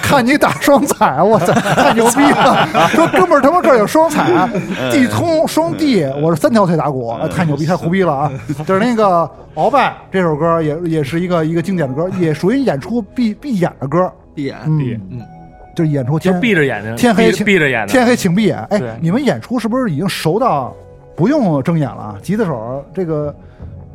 看你打双踩，我操，太牛逼了！说哥们儿，他妈这儿有双踩，啊地通双地，我是三条腿打鼓，啊太牛逼，太胡逼了啊！就是那个《鳌拜》这首歌也也是一个一个经典的歌，也属于演出必必演的歌，闭眼，嗯嗯，就是演出就天闭着眼睛，嗯天黑嗯闭请闭着眼睛天，黑请闭眼。哎对，你们演出是不是已经熟到不用睁眼了啊？吉他手这个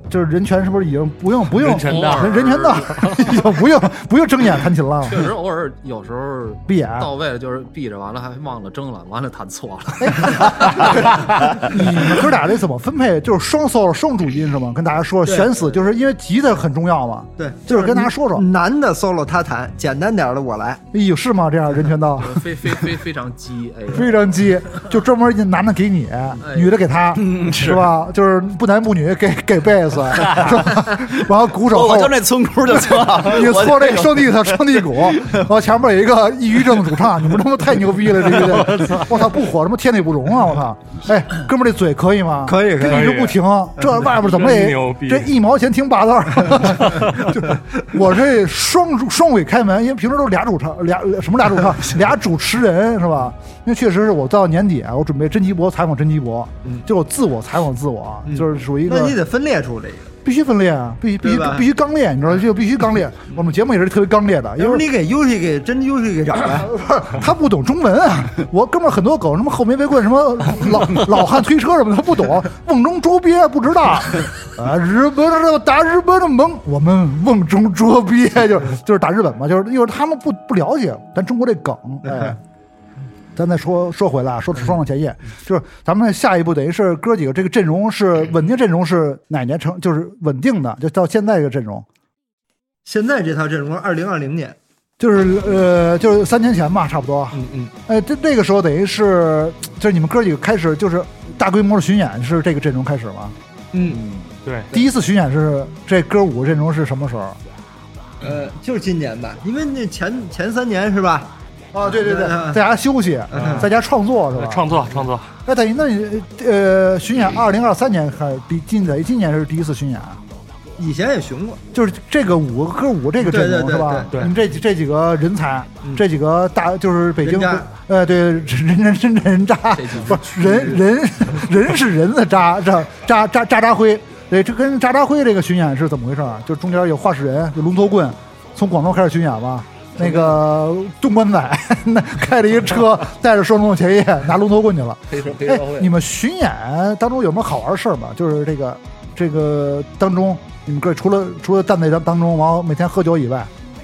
就是人权是不是已经不用不用人权道人人权 道已经不用不用睁眼弹琴了，确实偶尔有时候闭眼。到位了就是闭着，完了还忘了蒸了，完了弹错了。哎你们哥俩这怎么分配？就是双 solo 双主音是吗？跟大家说，对选死就是因为吉他很重要嘛。对，就是跟大家说说男的 solo 他弹，简单点儿的我来，哎呦，是吗？这样人权道非非非非常鸡，哎呀，非常鸡，就专门男的给你，哎女的给他，嗯是吧？就是不男不女给给贝 斯，是吧？然后鼓手我后我就那村姑就行了 ，你啊我搓这双地上双地鼓，然后前面有一个抑郁症的主唱，你们他妈太牛逼了！这乐队，我操，不火他妈天理不容啊！我操，哎，哥们儿这嘴可以吗？可以可以一直不停，啊这外边怎么真也牛逼这一毛钱听八道儿， 就我这双主双轨开门，因为平时都是俩主唱，俩什么俩主唱，俩主持人是吧？因为确实是我到年底啊，我准备甄姬博采访甄姬博，就是我自我采访自我，啊就是属于一个那你得分裂出这个，必须分裂啊，必须必须对吧必须刚烈，你知道就必须刚 烈。我们节目也是特别刚烈的，因要不为你给 Yuki 给真 Yuki 给找来，他不懂中文啊。我哥们儿很多狗，什么后没围棍，什 么老老汉推车什么的，他不懂。瓮中捉鳖不知 道，啊，日本的打日本的猛，我们瓮中捉鳖就是就是打日本嘛，就是因为他们不不了解咱中国这 梗， 哎。咱再说说回来啊，说双双前夜，就是咱们下一步等于是哥几个这个阵容是稳定阵容是哪年成就是稳定的，就到现在这个阵容，现在这套阵容二零二零年，就是呃，就是三年前吧，差不多。嗯嗯，哎，这那个时候等于是，就是你们哥几个开始就是大规模的巡演，是这个阵容开始吗？嗯，对，第一次巡演是这哥五阵容是什么时候？呃，就是今年吧，因为那前前三年是吧？啊，对对对，嗯在家休息，在家创作是吧？创作创作，那等于那你呃巡演，二零二三年开始，比近的今年是第一次巡演啊，以前也熊过，就是这个五个哥五这个阵容对对对是吧？对对你们这几这几个人才，嗯这几个大就是北京人渣呃对人人人人渣，不是人人 人是人的渣渣渣渣渣渣辉，对，这跟渣渣辉这个巡演是怎么回事啊？就中间有化石人，有龙头棍，从广州开始巡演吧。那个嗯东关仔 那开着一个车，带着双龙前夜拿龙头棍去了。黑社黑哎社，会你，们巡演当中有没有好玩的事儿吗？就是这个这个当中，你们哥除了除了站在当当中，然后每天喝酒以外，嗯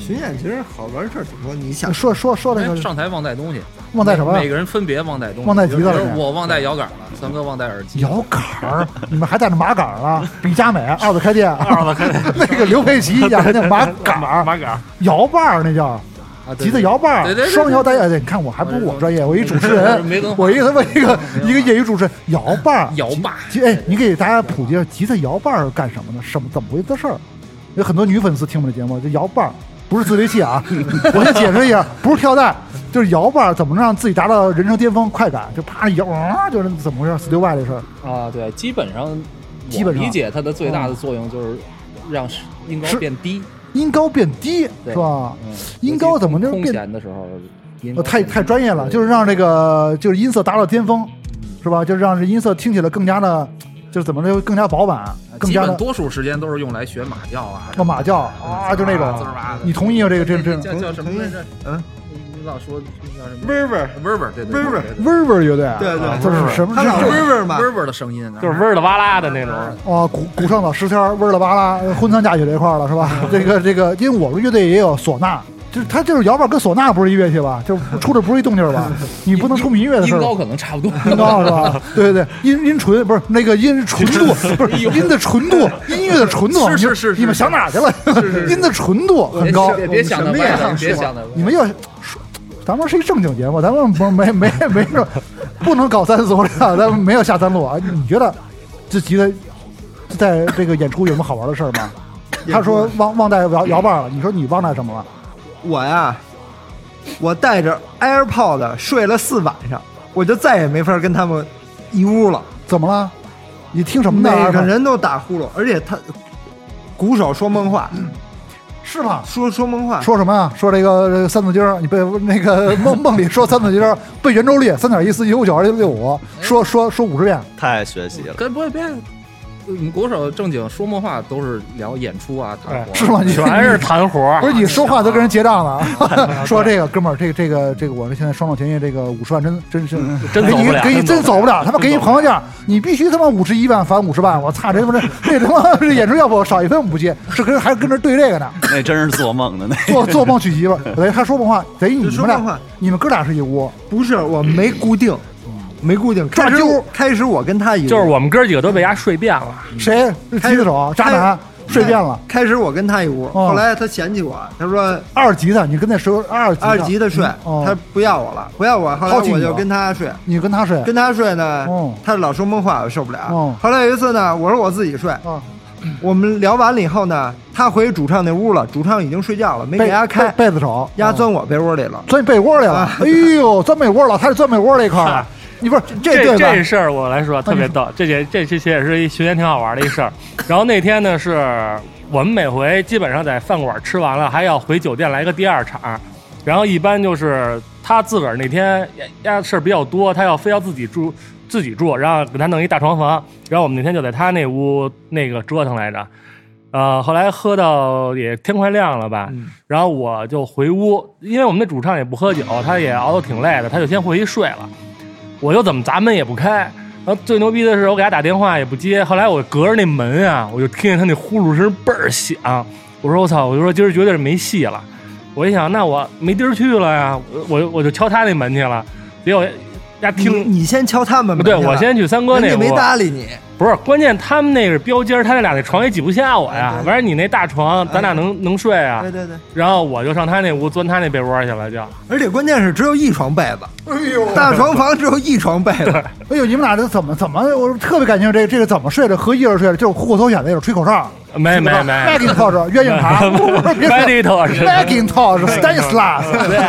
巡演其实好玩事儿挺多。你想，说说说那哎个上台忘带东西，忘带什么每个人分别忘带东西，忘带吉他了比如是吧我忘带摇杆了，三哥忘带耳机，摇杆儿，你们还带着马杆儿了？比佳美二子开店，二子开 那个刘佩琦演的那马杆马儿马杆儿，摇把儿那叫。啊，对吉他，摇把对对儿，对双摇带，哎对，你看我还不如我专业，我一主持人没文，化我一他妈一个一个业余主持人，摇把儿对，摇把，吉哎，你给大家普及一下吉他摇把儿干什么呢？什么怎么回事儿？有很多女粉丝听我们的节目，就摇把儿不是自慰器 啊，我先解释一下，不是跳蛋，就是摇把儿怎么能让自己达到人生巅峰快感？就啪一摇，啊就是怎么回事儿？Studio Y 这事儿啊，对，基本上基本上嗯我理解它的最大的作用就是让音高是变低，音高变低对是吧？嗯，音高怎么就尤其空变闲的时候，音高呃太变低太专业了，对就是让这个就是音色达到巅峰，是吧？就是让这音色听起来更加的，就是怎么着更加饱满，更基加的本多数时间都是用来学马叫啊，干马叫啊，就那滋儿种。哇的你同意吗？啊这个这这叫叫什么来着？嗯，你老说叫什么？温温，温温，对对对对对对 Verver 乐队啊，对对啊就是什么他老是温温嘛，温温的声音，啊就是味儿的哇啦的那种，啊，古古上岛十天味儿了巴拉，婚丧嫁娶这一块儿了是 吧？这个这个，因为我们乐队也有唢呐，就是它就是摇把跟唢呐不是一乐器吧？就是出的不是一动静儿 吧？你不能出民乐的事音儿吧。高可能差不多， 音高 是吧？对对对，音音纯不是那个音纯度，不哎是音的纯度，音乐的纯度。是是你是是你们想哪儿去了？ 音的纯度很高。别别想那歪的，别想那歪的你们要说，咱们是一正经节目，咱们不没没没说，不能搞三俗了，咱们没有下三路啊。你觉得这吉他在这个演出有什么好玩的事儿吗？他说忘忘带摇摇把了，你说你忘带什么了？我呀，我带着 AirPod 睡了四晚上，我就再也没法跟他们一屋了。怎么了？你听什么呢？每个人都打呼噜，而且他鼓手说梦话，是吗？说说梦话，说什么呀？说这个这个三字经儿，你被那个梦梦里说三字经儿，背圆周率三点一四一五九二六六五，说说说五十遍，太学习了。 跟不会别，我们国手正经说梦话都是聊演出啊，谈活哎是吗？ 你全是弹活 儿不，是你说话都跟人结账了，啊 说这个哥们儿，这个这个这个，我这现在双手前夜这个五十万真真真啊真给走不你了给你真真走走不不了，他妈给你朋友价，你必须他妈五十一万返五十万，我操，这他妈这这他妈这演出要不少一分不接，是跟还跟这对这个呢，那真是做梦的那。做做梦娶媳妇儿，等于他说梦话，等于你说们梦话俩。你们哥俩是一屋，不是我没固定，没固定。抓开始阄我开始我跟他一屋，就是我们哥几个都被人家睡遍了，谁是嗯开吉始哎他手啊渣男睡遍了。开始我跟他一屋，哦后来他嫌弃我，他说二级的，你跟那时候二级的二级的睡，哦他不要我了，不要我，后来抛弃你我就了跟他睡。你跟他睡，跟他睡呢哦，他老说梦话，我受不了。哦后来有一次呢，我说我自己睡，啊，我们聊完了以后呢，他回主唱那屋了，主唱已经睡觉了，没给丫开被，被被子手，丫啊钻我被窝里了。钻被窝里了啊，哎呦，钻被窝了，他是钻被窝这一块儿，你不是这这对吧？这事儿我来说特别逗，这也这这些也是一学员挺好玩的一事儿。然后那天呢，是我们每回基本上在饭馆吃完了，还要回酒店来个第二场。然后一般就是他自个儿那天压事儿比较多，他要非要自己住自己住，然后给他弄一大床房。然后我们那天就在他那屋那个折腾来着。呃，后来喝到也天快亮了吧，嗯然后我就回屋，因为我们那主唱也不喝酒，他也熬得挺累的，他就先回去睡了。我又怎么砸门也不开。然后最牛逼的是，我给他打电话也不接。后来我隔着那门啊，我就听见他那呼噜声倍儿响。我说我操，我就说今儿绝对是没戏了。我一想，那我没地儿去了呀，我我我就敲他那门去了。结果丫你听，你先敲他们门去对了，我先去三哥人那家没屋，搭理你，不是关键，他们那个标间儿，他那俩那床也挤不下我呀。完事儿你那大床，哎咱俩能能睡啊对？对对，然后我就上他那屋钻他那被窝去了，就而且关键是只有一床被子，哎呦，大床房只有一床被子，哎呦，你们俩这怎么怎么？我特别感兴趣，这个这个怎么睡的？合衣而睡的，就是虎口头险那种吹口哨，没没没 Macintosh 月影 塔，不是别说，Meditor Macintosh Stanislas，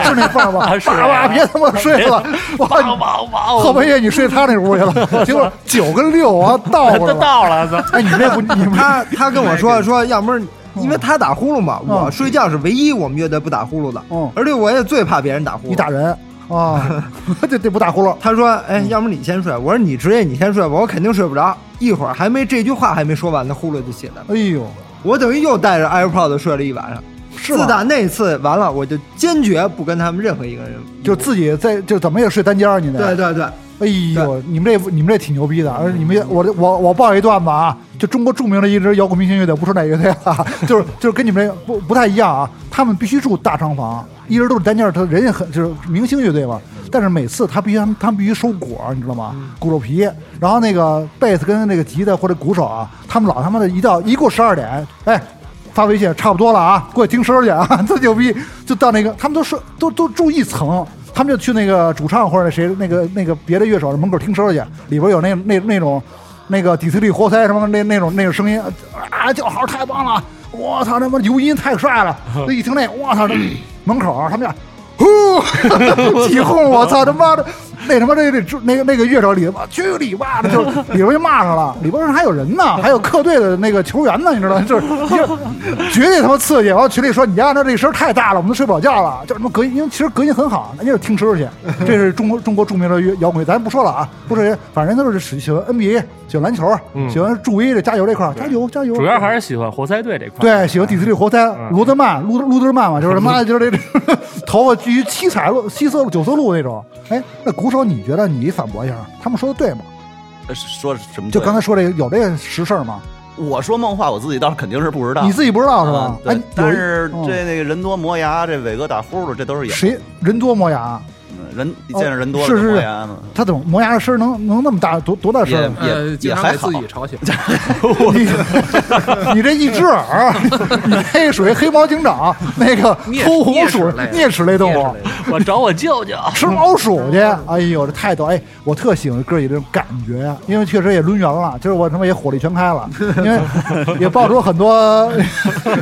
就那放吧，是啊 爸爸别他妈睡了，哇，哦后半夜你睡他那屋去了，结果九跟六啊倒 过来都 了，到了，操哎，你们这不你们这他他跟我说说，要不是因为他打呼噜嘛，嗯我睡觉是唯一我们乐队不打呼噜的，嗯而且我也最怕别人打呼噜。你打人啊， 这这不打呼噜，他说：“嗯哎，要不你先睡？”我说：“你职业你先睡吧，我肯定睡不着。”一会儿还没这句话还没说完呢，呼噜就起来了。哎呦，我等于又带着 AirPods 睡了一晚上。是自吧？打那次完了，我就坚决不跟他们任何一个人。就自己在就怎么也睡单间儿，你得对对对，哎呦，你们这你们这挺牛逼的，而且你们也我这我我报一段吧啊，就中国著名的一支摇滚明星乐队，不说哪乐队了，啊 就是就是跟你们这不不太一样啊，他们必须住大长房，一直都是单间儿，他人家很就是明星乐队嘛，但是每次他必须他们他们必须收果儿，你知道吗？骨肉皮，然后那个贝斯跟那个吉他或者鼓手啊，他们老他妈的一到一过十二点，哎，发微信差不多了啊，过去听声儿去啊， 特牛逼！就到那个，他们都睡都都住一层，他们就去那个主唱或者那谁那个那个别的乐手门口听声儿去，里边有那那那种那个底特律活塞什么那那种那种声音啊，叫好太棒了！我操他妈刘音太帅了！这一听那，我操这门口儿他们俩。呼， 起哄！我操他妈的，那他妈这这那个那个乐手里吧，去你妈的，就里边就骂上了，里边还有人呢，还有客队的那个球员呢，你知道吗，就是就是绝对他妈刺激。完群里说你家那这声太大了，我们都睡不了觉了，叫什么隔音？因为其实隔音很好，人家就听声去。这是中国中国著名的乐摇滚乐，咱不说了啊，不说人，反正都是喜喜欢 NBA，喜欢篮球，喜欢助威这加油这块儿，加油加油。嗯主要还是喜欢活塞队这块。 对，喜欢底特律活塞，罗德曼，路路德曼嘛，就是他妈的，就是这这 头发基于七彩路、七色路、九色路那种。哎，那鼓手，你觉得你反驳一下，他们说的对吗？呃说什么？就刚才，说这个有这个实事儿吗？我说梦话，我自己倒是肯定是不知道。你自己不知道是吧啊？哎对，，但是有一这那个人多磨牙，这伟哥打呼噜，这都是嗯演谁人多磨牙，嗯人一见着人多了是就是磨牙嘛。他怎么磨牙的声儿能能那么大，多多大声儿？也呃，经也常还给好自己吵 醒。你你这一只耳， 你这属于黑猫警长那个啮齿偷红鼠啮齿类的啮齿类动物啮齿类。我找我舅舅，吃老鼠去！哎呦，这太逗！哎，我特喜欢哥几这种感觉呀，因为确实也抡圆了，就是我他妈也火力全开了，因为也爆出很多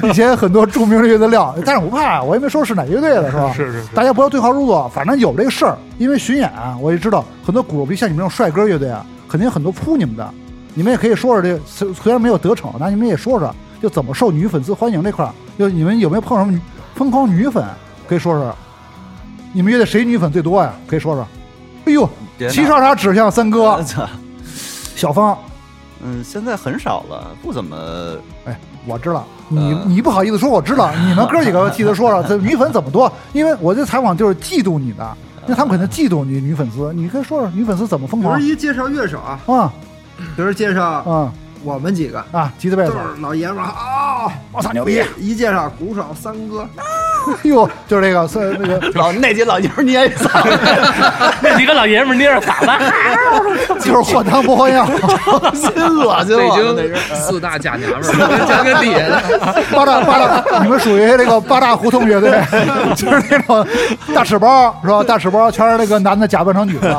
以前很多著名的乐队料，但是我不怕，我也没说是哪乐队的，是吧？是是是大家不要对号入座，反正有这个事儿，因为巡演啊我也知道很多骨肉皮像你们这种帅哥乐队啊，肯定很多扑你们的，你们也可以说说这，虽虽然没有得逞，但你们也说说，就怎么受女粉丝欢迎这块儿，就你们有没有碰上什么疯狂女粉，可以说说。你们乐队谁女粉最多呀？可以说说。哎呦，别闹呃齐刷刷指向三哥小芳。嗯，现在很少了，不怎么哎，我知道，你、呃你不好意思说，我知道。你们哥几个替他说说，这女粉怎么多？因为我这采访就是嫉妒你的，因为他们肯定嫉妒你女粉丝。你可以说说女粉丝怎么疯比如狂一介绍乐手啊，啊比如介绍啊我们几个，啊！吉他贝都斯，是老爷们儿啊，我操牛 逼！哎一介绍鼓手三哥，呦，就是这个，是那 个，老那几老爷们捏嗓 那几个老爷们儿捏着嗓子， 就是换汤不换药，子，恶心北我了。京四大假娘们儿，加 个底下的， 八大八大，你们属于这个八大胡同乐队，就是那种大尺包是吧？大尺包全是那个男的假扮成女的。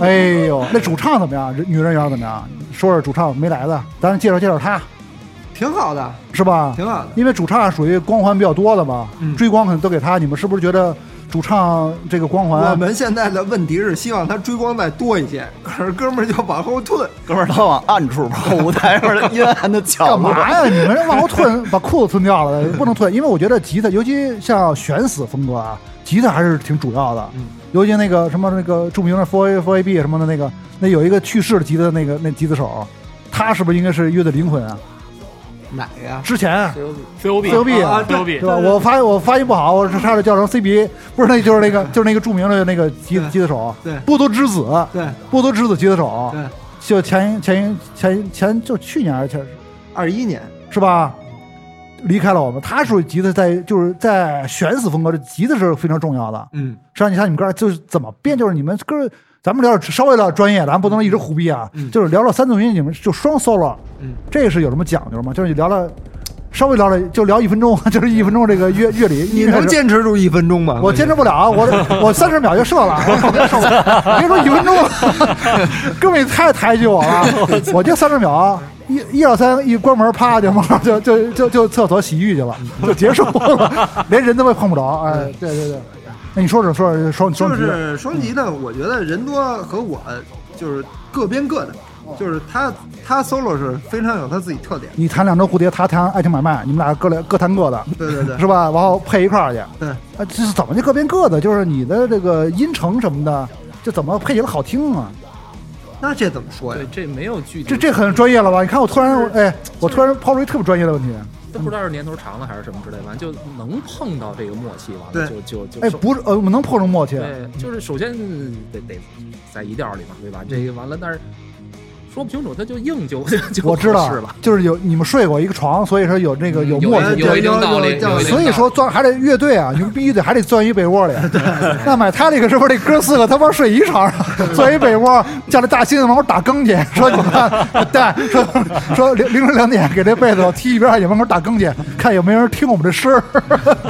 哎呦，那主唱怎么样？人女人缘怎么样？说说主唱没来的，咱介绍介绍他，挺好的，是吧？挺好的。因为主唱属于光环比较多的嘛，追光可能都给他。你们是不是觉得主唱这个光我环？们现在的问题是希望他追光再多一些，可是哥们儿就往后退。哥们儿，他往暗处跑，舞台上的阴暗的角干落。嘛呀？你们这往后吞，把裤子吞掉了，不能吞，因为我觉得吉他，尤其像悬死风格啊，吉他还是挺主要的。嗯尤其那个什么那个著名的 Four A Four A B 什么的那个，那有一个去世的吉他那个那吉他手，他是不是应该是乐队灵魂啊？哪个呀？之前 COB COB 啊 COB 对吧？我发我发音不好，我差点叫成 CB，不是那就是那个就是那个著名的那个吉对吉他手，对波多之子，对波多之子吉他手，对，就前前前前就去年还是前二一年，是吧？离开了我们，他属于吉他在就是在悬死风格，这吉他是非常重要的。嗯，实际上，你像你们哥儿就是怎么变，就是你们哥儿，咱们聊点稍微聊点专业的，咱不能一直胡逼啊。就是聊了三种音，你们就双 solo，嗯，这是有什么讲究吗？就是你聊了稍微聊了就聊一分钟， 就是一分钟这个乐乐理。你能坚持住一分钟吗？我坚持不了啊， 我我三十秒就射了，我肯定射不了。别说一分钟了，哥们儿也太抬举我了。我就三十秒啊，一一二三，一关门，啪就马上就就就就厕所洗浴去了，就结束了，连人都碰不着。哎，对对对，那你说说说说说你说就你觉得是双极呢，我觉得人多和我就是各编各的，就是他他 solo 是非常有他自己特点。你谈两只蝴蝶，他谈爱情买卖，你们俩各来各谈各的，对 对对，是吧？然后配一块儿去。对啊，这是怎么就各编各的？就是你的这个音程什么的，这怎么配起来好听啊？那这怎么说呀对，？这没有具体，这这很专业了吧？你看我突然，哎，我突然抛出一特别专业的问题。都不知道是年头长了还是什么之类，反正就能碰到这个默契，完对了就就就哎，就不是，呃，我们能碰上默契。对，就是首先得得在一调里嘛，对嗯吧？这个完了，但是说不清楚，他就硬就 就我知道是吧？，就是有你们睡过一个床，所以说有那嗯个有嗯有默有契。有一定道理，有有有有一定道所理以说钻还得乐队 啊，你们必须得还得钻一被窝里。那买他这个时候，这哥四个他妈睡一 床上，钻一被窝，叫那大猩猩门口打更去， 说你看，蛋说说凌凌晨两点给这被子踢一边，也门口打更去，看有没有人听我们这声儿。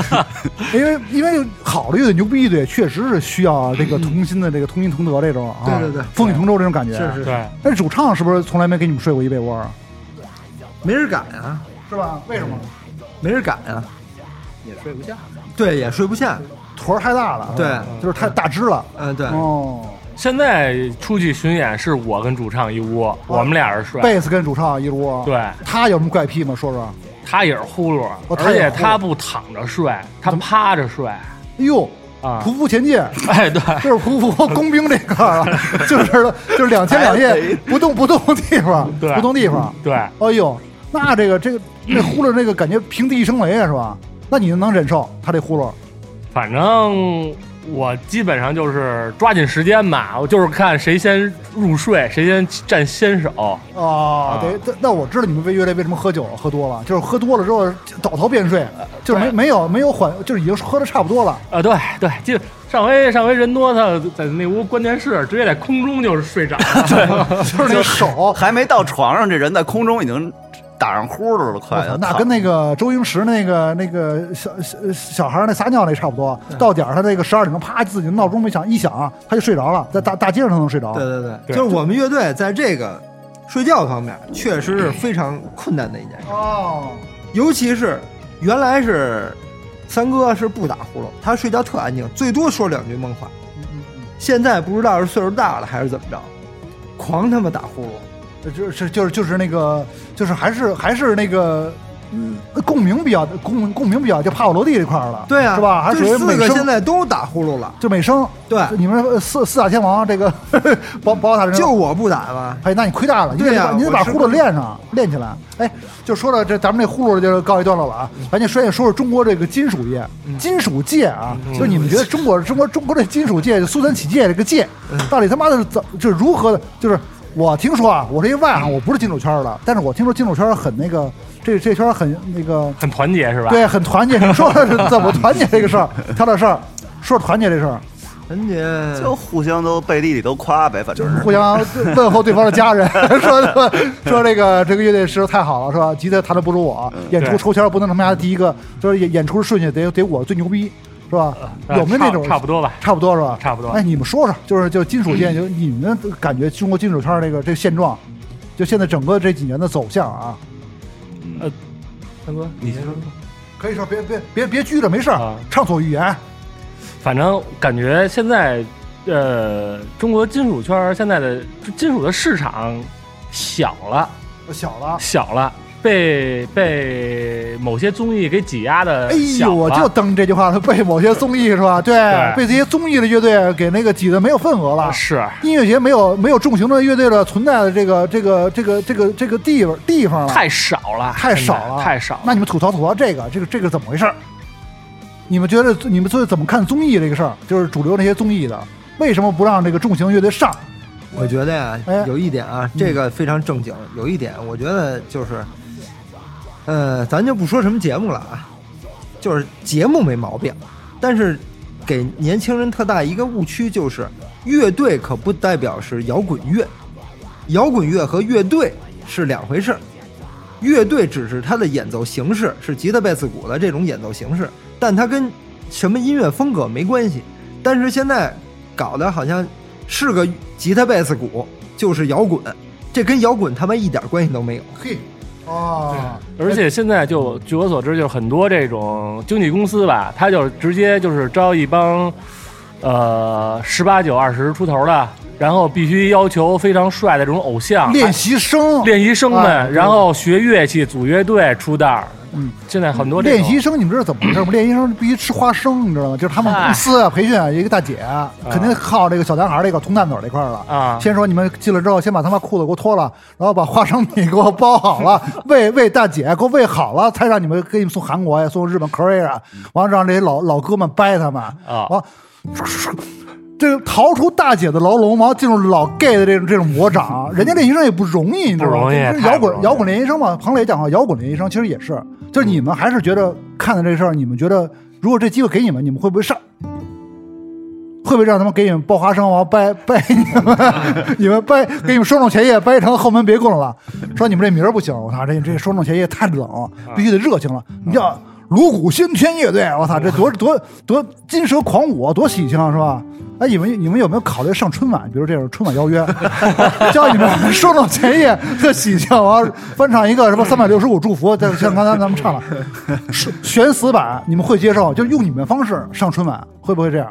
因为因为好的乐队牛逼乐队确实是需要这个同心的这个同心同德这种啊，对对对风雨同舟这种感觉。啊是是，对，但主唱是不是从来没给你们睡过一被窝啊？没人敢啊，是吧？为什么？嗯没人敢啊，也睡不下。对，也睡不下。坨儿太大了，对是吧就是太大只了。嗯，对，哦，现在出去巡演是我跟主唱一屋，我们俩人睡。贝斯跟主唱一屋，，对他有什么怪癖吗？说说。他也是呼噜，哦他而也是呼且噜他不躺着睡，他趴着睡哎呦，啊匍。匐前进， 哎，对，就是匍匐工兵这个， 就是就是两天两夜不动不动地方，哎 对不动地方。对，哎呦，那这个这个那呼噜那个感觉平地一声雷啊，是吧？那你能忍受他这呼噜？反正我基本上就是抓紧时间吧，我就是看谁先入睡，谁先占先手。哦啊，对，那那我知道你们为乐队为什么喝酒喝多了，就是喝多了之后倒头便睡，就是没没有没有缓，就是已经喝的差不多了。啊，对对，就上回上回人多，他在那屋关电视，直接在空中就是睡着了。就是那个 手。还没到床上，这人在空中已经打上呼噜了，哎快要那躺跟那个周星驰那个那个小小小孩儿那撒尿那差不多，到点儿他这个十二点钟，啪自己闹钟没响一响，他就睡着了，在大大街上都能睡着。对对对，对就是我们乐队在这个睡觉方面确实是非常困难的一件事，哦，尤其是原来是三哥是不打呼噜，他睡觉特安静，最多说两句梦话。嗯现在不知道是岁数大了还是怎么着，狂他妈打呼噜。嗯就是就是就是那个就是还是还是那个。嗯，共鸣比较共共鸣比较就帕瓦罗蒂这块儿了，对啊，是吧？还就属于是四美个现声，在都打呼噜了，就美声。对你们呃四四大天王这个 宝宝塔人就我不打嘛。哎，那你亏大了，你对得呀把你得我把是呼噜练上，练起来。哎，就说到这，咱们这呼噜就告一段落了啊。嗯咱就说说说中国这个金属业，金属界啊，嗯就你们觉得中国中国中国这金属界，苏三起界这个界，嗯到底他妈的是怎就是如何的？就是我听说啊，我是一外行，我不是金属圈儿的，但是我听说金属圈儿很那个，这这圈儿很那个，很团结是吧？啊对，很团结。你说 说是怎么团结这个事儿？挑点事儿，说说团结这事儿，人家就互相都背地里都夸呗，反正是互相问候对方的家人， 说说说这个这个乐队实在太好了，是吧？吉他弹的不如我，演出对抽签不能他妈的第一个，就是演演出顺序得得我最牛逼，是吧？啊有没有那种差差不多吧？差不多是吧？差不多哎，你们说说，就是就金属界，就你们感觉中国金属圈这个这个现状，就现在整个这几年的走向啊，三哥，你先说，可以说别别别别拘着，没事儿啊，畅所欲言。反正感觉现在，呃，中国金属圈儿现在的金属的市场小了，小了，小了，被被某些综艺给挤压的哎小呦，了。我就登这句话了，被某些综艺是吧？对，对啊被这些综艺的乐队给那个挤得没有份额了。是音乐节没有没有重型的乐队的存在的这个这个这个这个这个地方地方了，太少了，太现在少了，太少了。那你们吐槽吐槽这个这个这个怎么回事儿？你们觉得你们最怎么看综艺这个事儿？就是主流那些综艺的，为什么不让这个重型乐队上？我觉得呀、哎有一点啊，这个非常正经。有一点，我觉得就是，呃，咱就不说什么节目了啊，就是节目没毛病，但是给年轻人特大一个误区就是，乐队可不代表是摇滚乐，摇滚乐和乐队是两回事儿。乐队只是它的演奏形式是吉他、贝斯、鼓的这种演奏形式，但它跟什么音乐风格没关系。但是现在搞得好像是个吉他、贝斯、鼓就是摇滚，这跟摇滚他妈一点关系都没有。嘿，哦，而且现在就据我所知，就是很多这种经纪公司吧，他就是直接就是招一帮，呃，十八九、二十出头的，然后必须要求非常帅的这种偶像啊练习生，练习生们，啊对然后学乐器、组乐队、出道。嗯，现在很多这种练习生，你们知道怎么回事 吗？练习生必须吃花生，你知道吗？就是他们哎公司啊，培训啊，有一个大姐啊，肯定靠这个小男孩儿这个捅蛋嘴这块儿了。啊，先说你们进来之后，先把他妈裤子给我脱了，然后把花生米给我包好了，喂喂大姐给我喂好了，才让你们给你们送韩国呀，送日本 Korea，完了啊让这些老老哥们掰他们啊完，这个逃出大姐的牢笼，完了进入老 gay 的这种这种魔 掌，人家练习生也不容易，你知道不吗？容易就是太摇不容滚易摇滚练习生嘛，彭磊讲过，摇滚练习生其实也是，就是你们还是觉得看的这事儿，你们觉得如果这机会给你们，你们会不会上？会不会让他们给你们剥花生，完啊了掰掰你们，你们掰给你们收拢前夜掰成后门别棍了？说你们这名儿不行，我操，这这收拢前夜太冷了，必须得热情了。你叫锣鼓喧天乐队，我操，这多多多金蛇狂舞多喜庆啊是吧？哎，你们你们有没有考虑上春晚？比如这种春晚邀约， 叫你们收拢前夜特喜庆，完了翻唱一个什么三百六十五祝福，再像刚才咱们唱了，是悬死版，你们会接受？就用你们方式上春晚，会不会这样？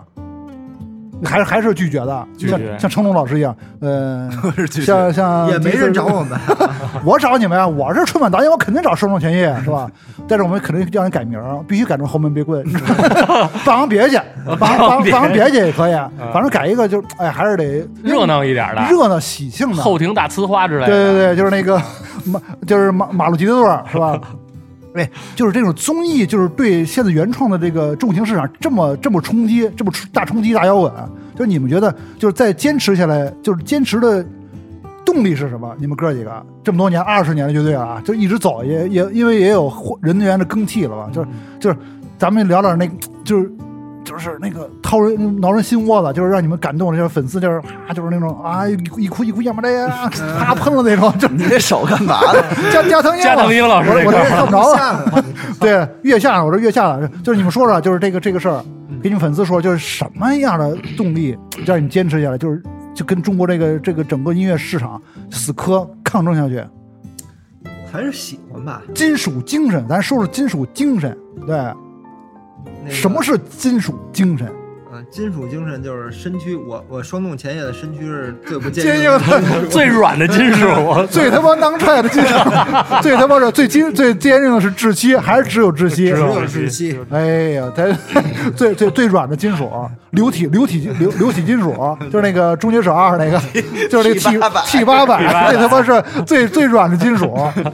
还是还是拒绝的，拒像绝像成龙老师一样， 呃，拒绝像像也没人找我们， 我找你们啊！我是春晚导演，我肯定找收众前夜，是 吧？但是我们肯定让你改名儿，必须改成侯门别棍， 霸王别去， 霸王霸王别去也可以，啊反正改一个就哎，还是得啊热闹一点的，热闹喜庆的。后庭大呲花之类的。对对对，就是那个马，就是马马路吉他队儿是 吧？哎，就是这种综艺，就是对现在原创的这个重型市场这么这么冲击，这么冲大冲击大摇滚，就是你们觉得，就是再坚持下来，就是坚持的动力是什么？你们哥几个这么多年，二十年的乐队了啊，就一直走，也也因为也有换人员的更替了吧？就是就是，咱们聊点那个，就是就是那个掏人挠人心窝子，就是让你们感动的，就是粉丝就是啊，就是那种啊一哭一哭一哭呀嘛的呀，啪喷了那种，就是你这手干嘛呢？加加藤鹰嘛，加藤鹰老师我这我块这儿看不着了。对，月下，我这月下了，就是你们说说，就是这个这个事儿，给你们粉丝说，就是什么样的动力让你们坚持下来，就是就跟中国这个这个整个音乐市场死磕抗争下去， 还是喜欢吧。金属精神，咱说说金属精神，对，那个什么是金属精神？嗯，金属精神就是身躯，我我双动前夜的身躯是最不坚坚硬硬的。 最软的金属，最他妈囊踹的金属， 最他妈是最坚最坚硬的是窒息，还是只有窒息？只有热窒息，哎呀，它 最最最软的金属，流体流体流流体金属，就是那个《终结者二》那个，就是那 T 800 T 八百，那他妈是最最软的金属，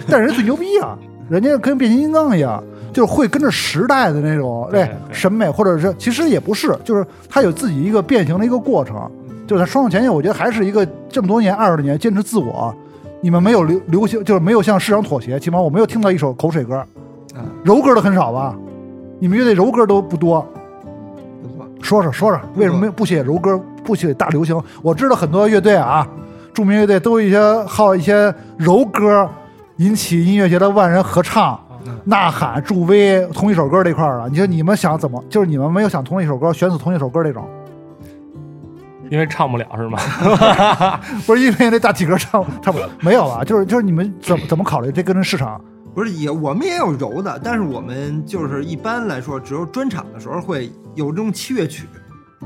但人最牛逼啊，人家跟变形金刚一样。就是会跟着时代的那种对对对审美，或者是其实也不是，就是它有自己一个变形的一个过程。就是它双手前进，我觉得还是一个这么多年二十年坚持自我，你们没有流流行，就是没有向市场妥协，起码我没有听到一首口水歌，嗯柔歌都很少吧？你们乐队柔歌都不多，不错。说说说说，为什么没不写柔歌，不写大流行？我知道很多乐队啊，著名乐队都有一些好一些柔歌，引起音乐节的万人合啊唱、呐喊、助威，同一首歌这块儿了。你说你们想怎么？就是你们没有想同一首歌，选死同一首歌这种，因为唱不了是吗？哦不是因为那大体格唱唱不了，没有啊，就是就是你们怎么怎么考虑这跟着市场？不是也，我们也有柔的，但是我们就是一般来说，只有专场的时候会有这种器乐曲，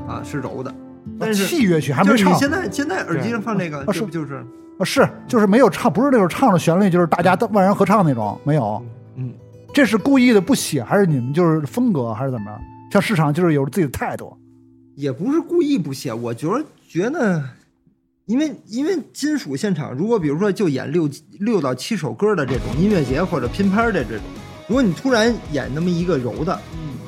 啊，是柔的。但是器乐曲还没就是唱你现在现在耳机上放这个，啊这是不就是啊，是就是没有唱，不是那种唱的旋律，就是大家都万人合唱那种，没有。嗯，这是故意的不写，还是你们就是风格，还是怎么着？像市场就是有自己的态度。嗯也不是故意不写，我觉得觉得，因为因为金属现场，如果比如说就演六六到七首歌的这种音乐节或者拼拍儿的这种，如果你突然演那么一个柔的，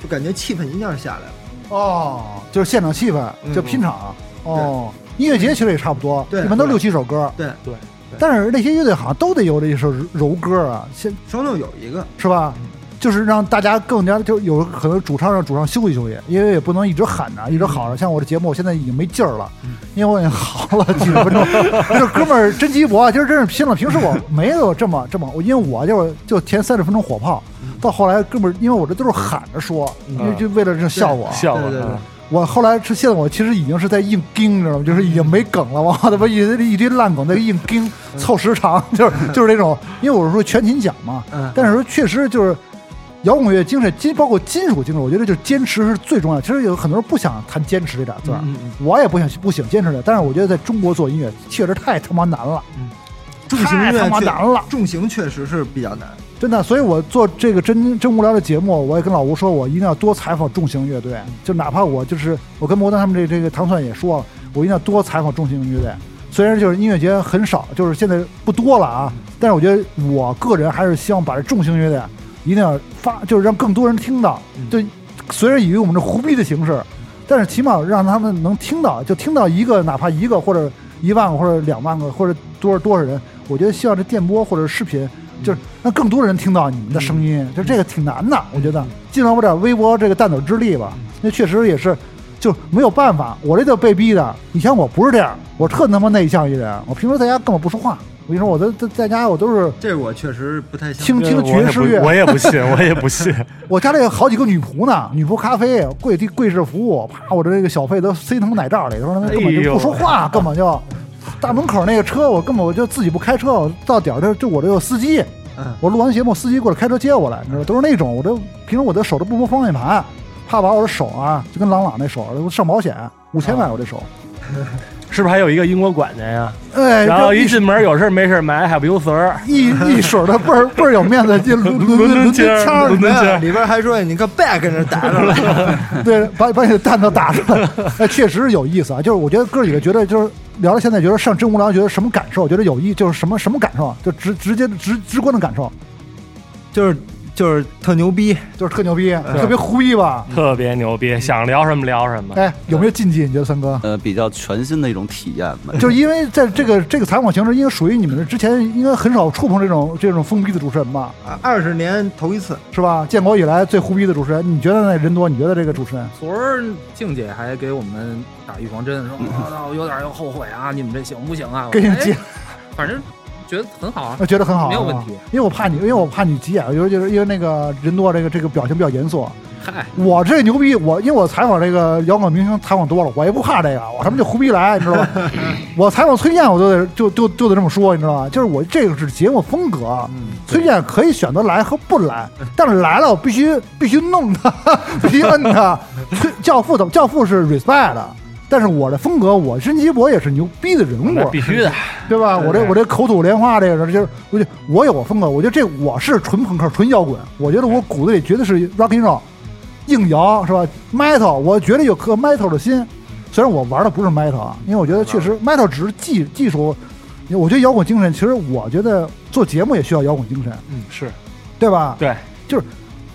就感觉气氛一下就下来了。哦，就是现场气氛，嗯就拼场。哦，音乐节其实也差不多，对一般都六七首歌。对对对但是那些乐队好像都得有这一首柔歌啊，现双动有一个，是吧？就是让大家更加就有可能主唱让主唱休息休息，因为也不能一直喊呐、一直嚎着。像我这节目，我现在已经没劲儿了，因为我已经嚎了几十分钟。这哥们儿真鸡脖，今儿真是拼了。平时我没有这么这么，我因为我就是就前三十分钟火炮，到后来哥们儿，因为我这都是喊着说，因为就为了这效果。啊笑啊对对对了。我后来是现在我其实已经是在硬盯着了，就是已经没梗了， 我他妈一一堆烂梗在硬盯凑时长， 就是就是那种，因为我是说全勤奖嘛，嗯但是说确实就是摇滚乐精神，金包括金属精神，我觉得就是坚持是最重要的。其实有很多人不想谈坚持这俩字儿，我也不想不想坚持的，但是我觉得在中国做音乐确实太他妈难了，重型音太他乐妈确难了。重型确实是比较难。真的，所以我做这个真真无聊的节目，我也跟老吴说，我一定要多采访重型乐队，就哪怕我就是我跟摩登他们这这个唐蒜也说了，我一定要多采访重型乐队。虽然就是音乐节很少，就是现在不多了啊，但是我觉得我个人还是希望把这重型乐队啊一定要发，就是让更多人听到。就虽然以我们这胡逼的形式，但是起码让他们能听到，就听到一个，哪怕一个或者一万个或者两万个或者多少多少人，我觉得需要这电波或者视频，就是让更多人听到你们的声音，嗯就这个挺难的，我觉得尽了我点微薄这个弹头之力吧，那确实也是。就没有办法，我这就被逼的。以前我不是这样，我特他妈内向一人，我平时在家根本不说话。我跟你说，我都在在家我都是这我确实不太相听听爵士乐，我也不信，我也不信。我家里有好几个女仆呢，女仆咖啡、跪地跪式服务，啪，我的这个小费都塞他们奶罩里，他妈根哎本就不说话，根本就。大门口那个车，我根本我就自己不开车，我到点儿这就我这有司机，嗯我录完节目司机过来开车接我来，你嗯知道都是那种我这平时我的手都不摸方向盘，怕把我的手啊就跟朗朗那手上保险五啊千万我这手， 是不是还有一个英国管家呀？哎，然后这一进门有事儿没事儿买海不由丝儿，一一水儿的倍儿倍儿有面子，进 伦伦伦敦敦腔儿腔儿伦敦腔儿里边还说你个 bag 跟那打着 了，对，把把你的蛋都打出来， 哎，确实有意思啊。就是我觉得哥几个觉得就是聊到现在，觉得上真无聊，觉得什么感受？觉得有意，就是什么什么感受啊？就直直接直直观的感受，就是就是特牛逼。就是特牛逼，特别胡逼吧？特别牛逼，想聊什么聊什么。哎，有没有禁忌？你觉得三哥？呃，比较全新的一种体验吧。就是因为在这个这个采访形式，因为属于你们的之前应该很少触碰这种这种封闭的主持人吧，啊二十年头一次，是吧？建国以来最胡逼的主持人，你觉得那人多？你觉得这个主持人？昨儿静姐还给我们打预防针，说我操，有点儿又后悔啊，你们这行不行啊？我给你哎急反正觉得很好 啊我。 觉得很好，没有是吧问题因为我怕你，因为我怕你急眼，我觉得就是因为那个人多，这个这个表情比较严肃。嗨，我这牛逼，我因为我采访这个摇滚明星采访多了，我也不怕这个，我他妈就胡逼来，你知道吧？我采访崔健，我都得就就就得这么说，你知道吧？就是我这个是节目风格，啊崔健可以选择来和不来，但是来了我必须必须弄他， 必须摁他。崔教父怎么？教父是 respect 的，但是我的风格，我申基博也是牛逼的人物，那必须的，对吧？我这我这口吐莲花这个人，就是我就我有我风格，我觉得这我是纯朋克、纯摇滚，我觉得我骨子里绝对是 rock and roll，硬摇是吧？metal，我绝对有颗 metal 的心，虽然我玩的不是 metal 啊，因为我觉得确实 metal 只是技技术，我觉得摇滚精神，其实我觉得做节目也需要摇滚精神，嗯，是对吧？对，就是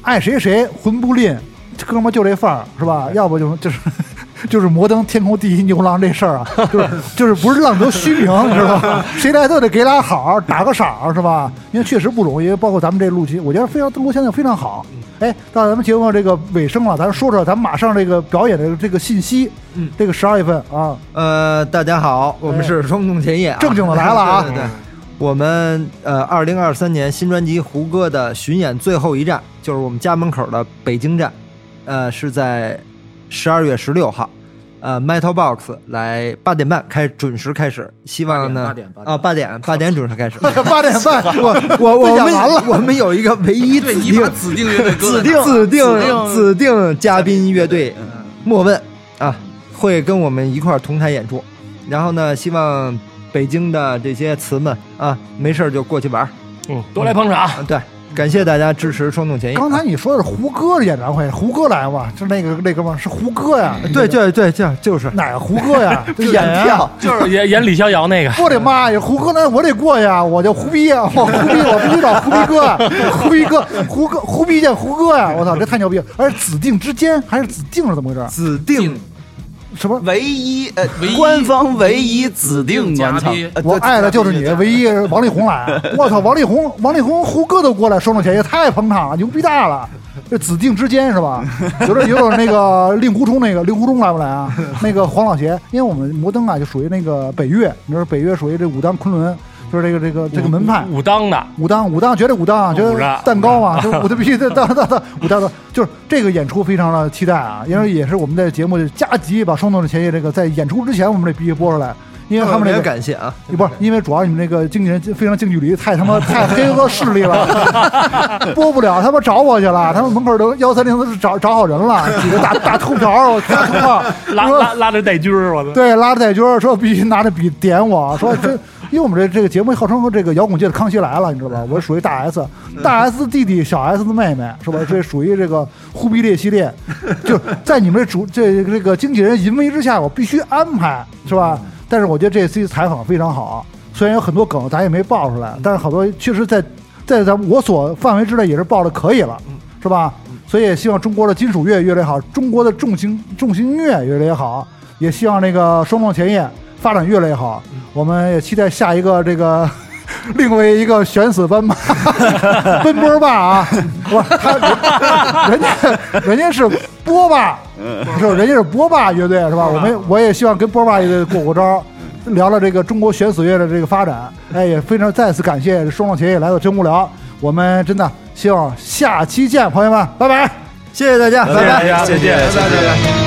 爱谁谁魂不吝，这哥们儿就这范儿是吧？要不就是 就是。就是摩登天空第一牛郎这事儿啊，就是 就是不是浪得虚名，你知道吧？谁来都得给俩好，打个赏是吧？因为确实不容易，包括咱们这录期，我觉得非常录现在非常好。哎，到咱们节目这个尾声了，咱说说咱们马上这个表演的这个信息。嗯，这个十二月份啊，呃，大家好，我们是冲动前夜、啊，正经的来了啊 对对对，我们呃，二零二三年新专辑《胡歌》的巡演最后一站就是我们家门口的北京站，呃，是在十二月十六号，呃，Metal Box 来八点半开准时开始，希望呢8点8点啊八点八点准时开始。八点半，我我我讲们完了我们有一个唯一对指你定把指定乐队搁指在哪定指儿定指定嘉宾乐队莫问啊，会跟我们一块儿同台演出。然后呢，希望北京的这些词们啊，没事儿就过去玩儿嗯，多来捧场。啊。对，感谢大家支持冲动前夜。啊刚才你说的是胡歌的演唱会，胡歌来吗？是那个那哥们儿是胡歌呀？对对对，这就是哪个胡歌 呀？这演哎员啊演票，就是演演李逍遥那个， 我的妈呀，胡歌那我得过呀，我叫胡逼呀，我胡逼，我必须找胡逼哥，胡逼哥，胡歌，胡逼见胡歌呀，我操，这太牛逼了！而且指定之间还是指定是怎么回事？指定什么？唯一呃唯一官方唯一指定暖场嘉宾，呃我爱的就是你对，唯一王力宏来，我操，王力宏，王力宏胡歌都过来收了钱，也太捧场了，牛逼大了。这指定之间是吧？有点有点那个令狐冲那个令狐冲来不来啊？那个黄老邪，因为我们摩登啊就属于那个北岳，你说北岳属于这武当昆仑，就是这个这个这个门派。武当的，武当，武当绝对武当啊，绝武对当蛋糕啊，就是武当必须得当当当武当的，就是这个演出非常的期待啊，因为也是我们在节目加急把双总的前夜这个在演出之前我们这必须播出来，因为他们特这别个感谢啊，不是，因为主要你们这个经纪人非常近距离，太他妈太黑恶势力了， 播不了，他们找我去了，他们门口都幺三零都找找好人了，几个大大秃瓢， 我 大秃瓢，拉说拉拉着带军儿，我操！对，拉着戴军儿说必须拿着笔点我，说这，因为我们这这个节目号称这个摇滚界的康熙来了，你知道吧？我属于大 S，大 S 弟弟，小 S 的妹妹，是吧？这属于这个忽必烈系列，就是在你们这主这这个经纪人淫威之下，我必须安排，是吧？但是我觉得这次采访非常好，虽然有很多梗咱也没爆出来，但是好多确实在在咱们我所范围之内也是爆的可以了，是吧？所以也希望中国的金属乐越来越好，中国的重型重型音乐越来越好，也希望那个双梦前夜发展越来越好。我们也期待下一个这个 另为一个悬死奔马奔波霸啊，不，他人家人家是波霸，是人家是波霸乐队是吧？我们我也希望跟波霸乐队过过招。聊了这个中国悬死乐的这个发展，哎，也非常再次感谢双梦前夜来到真无聊，我们真的希望下期见，朋友们，拜拜。谢谢大家，拜拜。谢谢谢谢。拜拜拜拜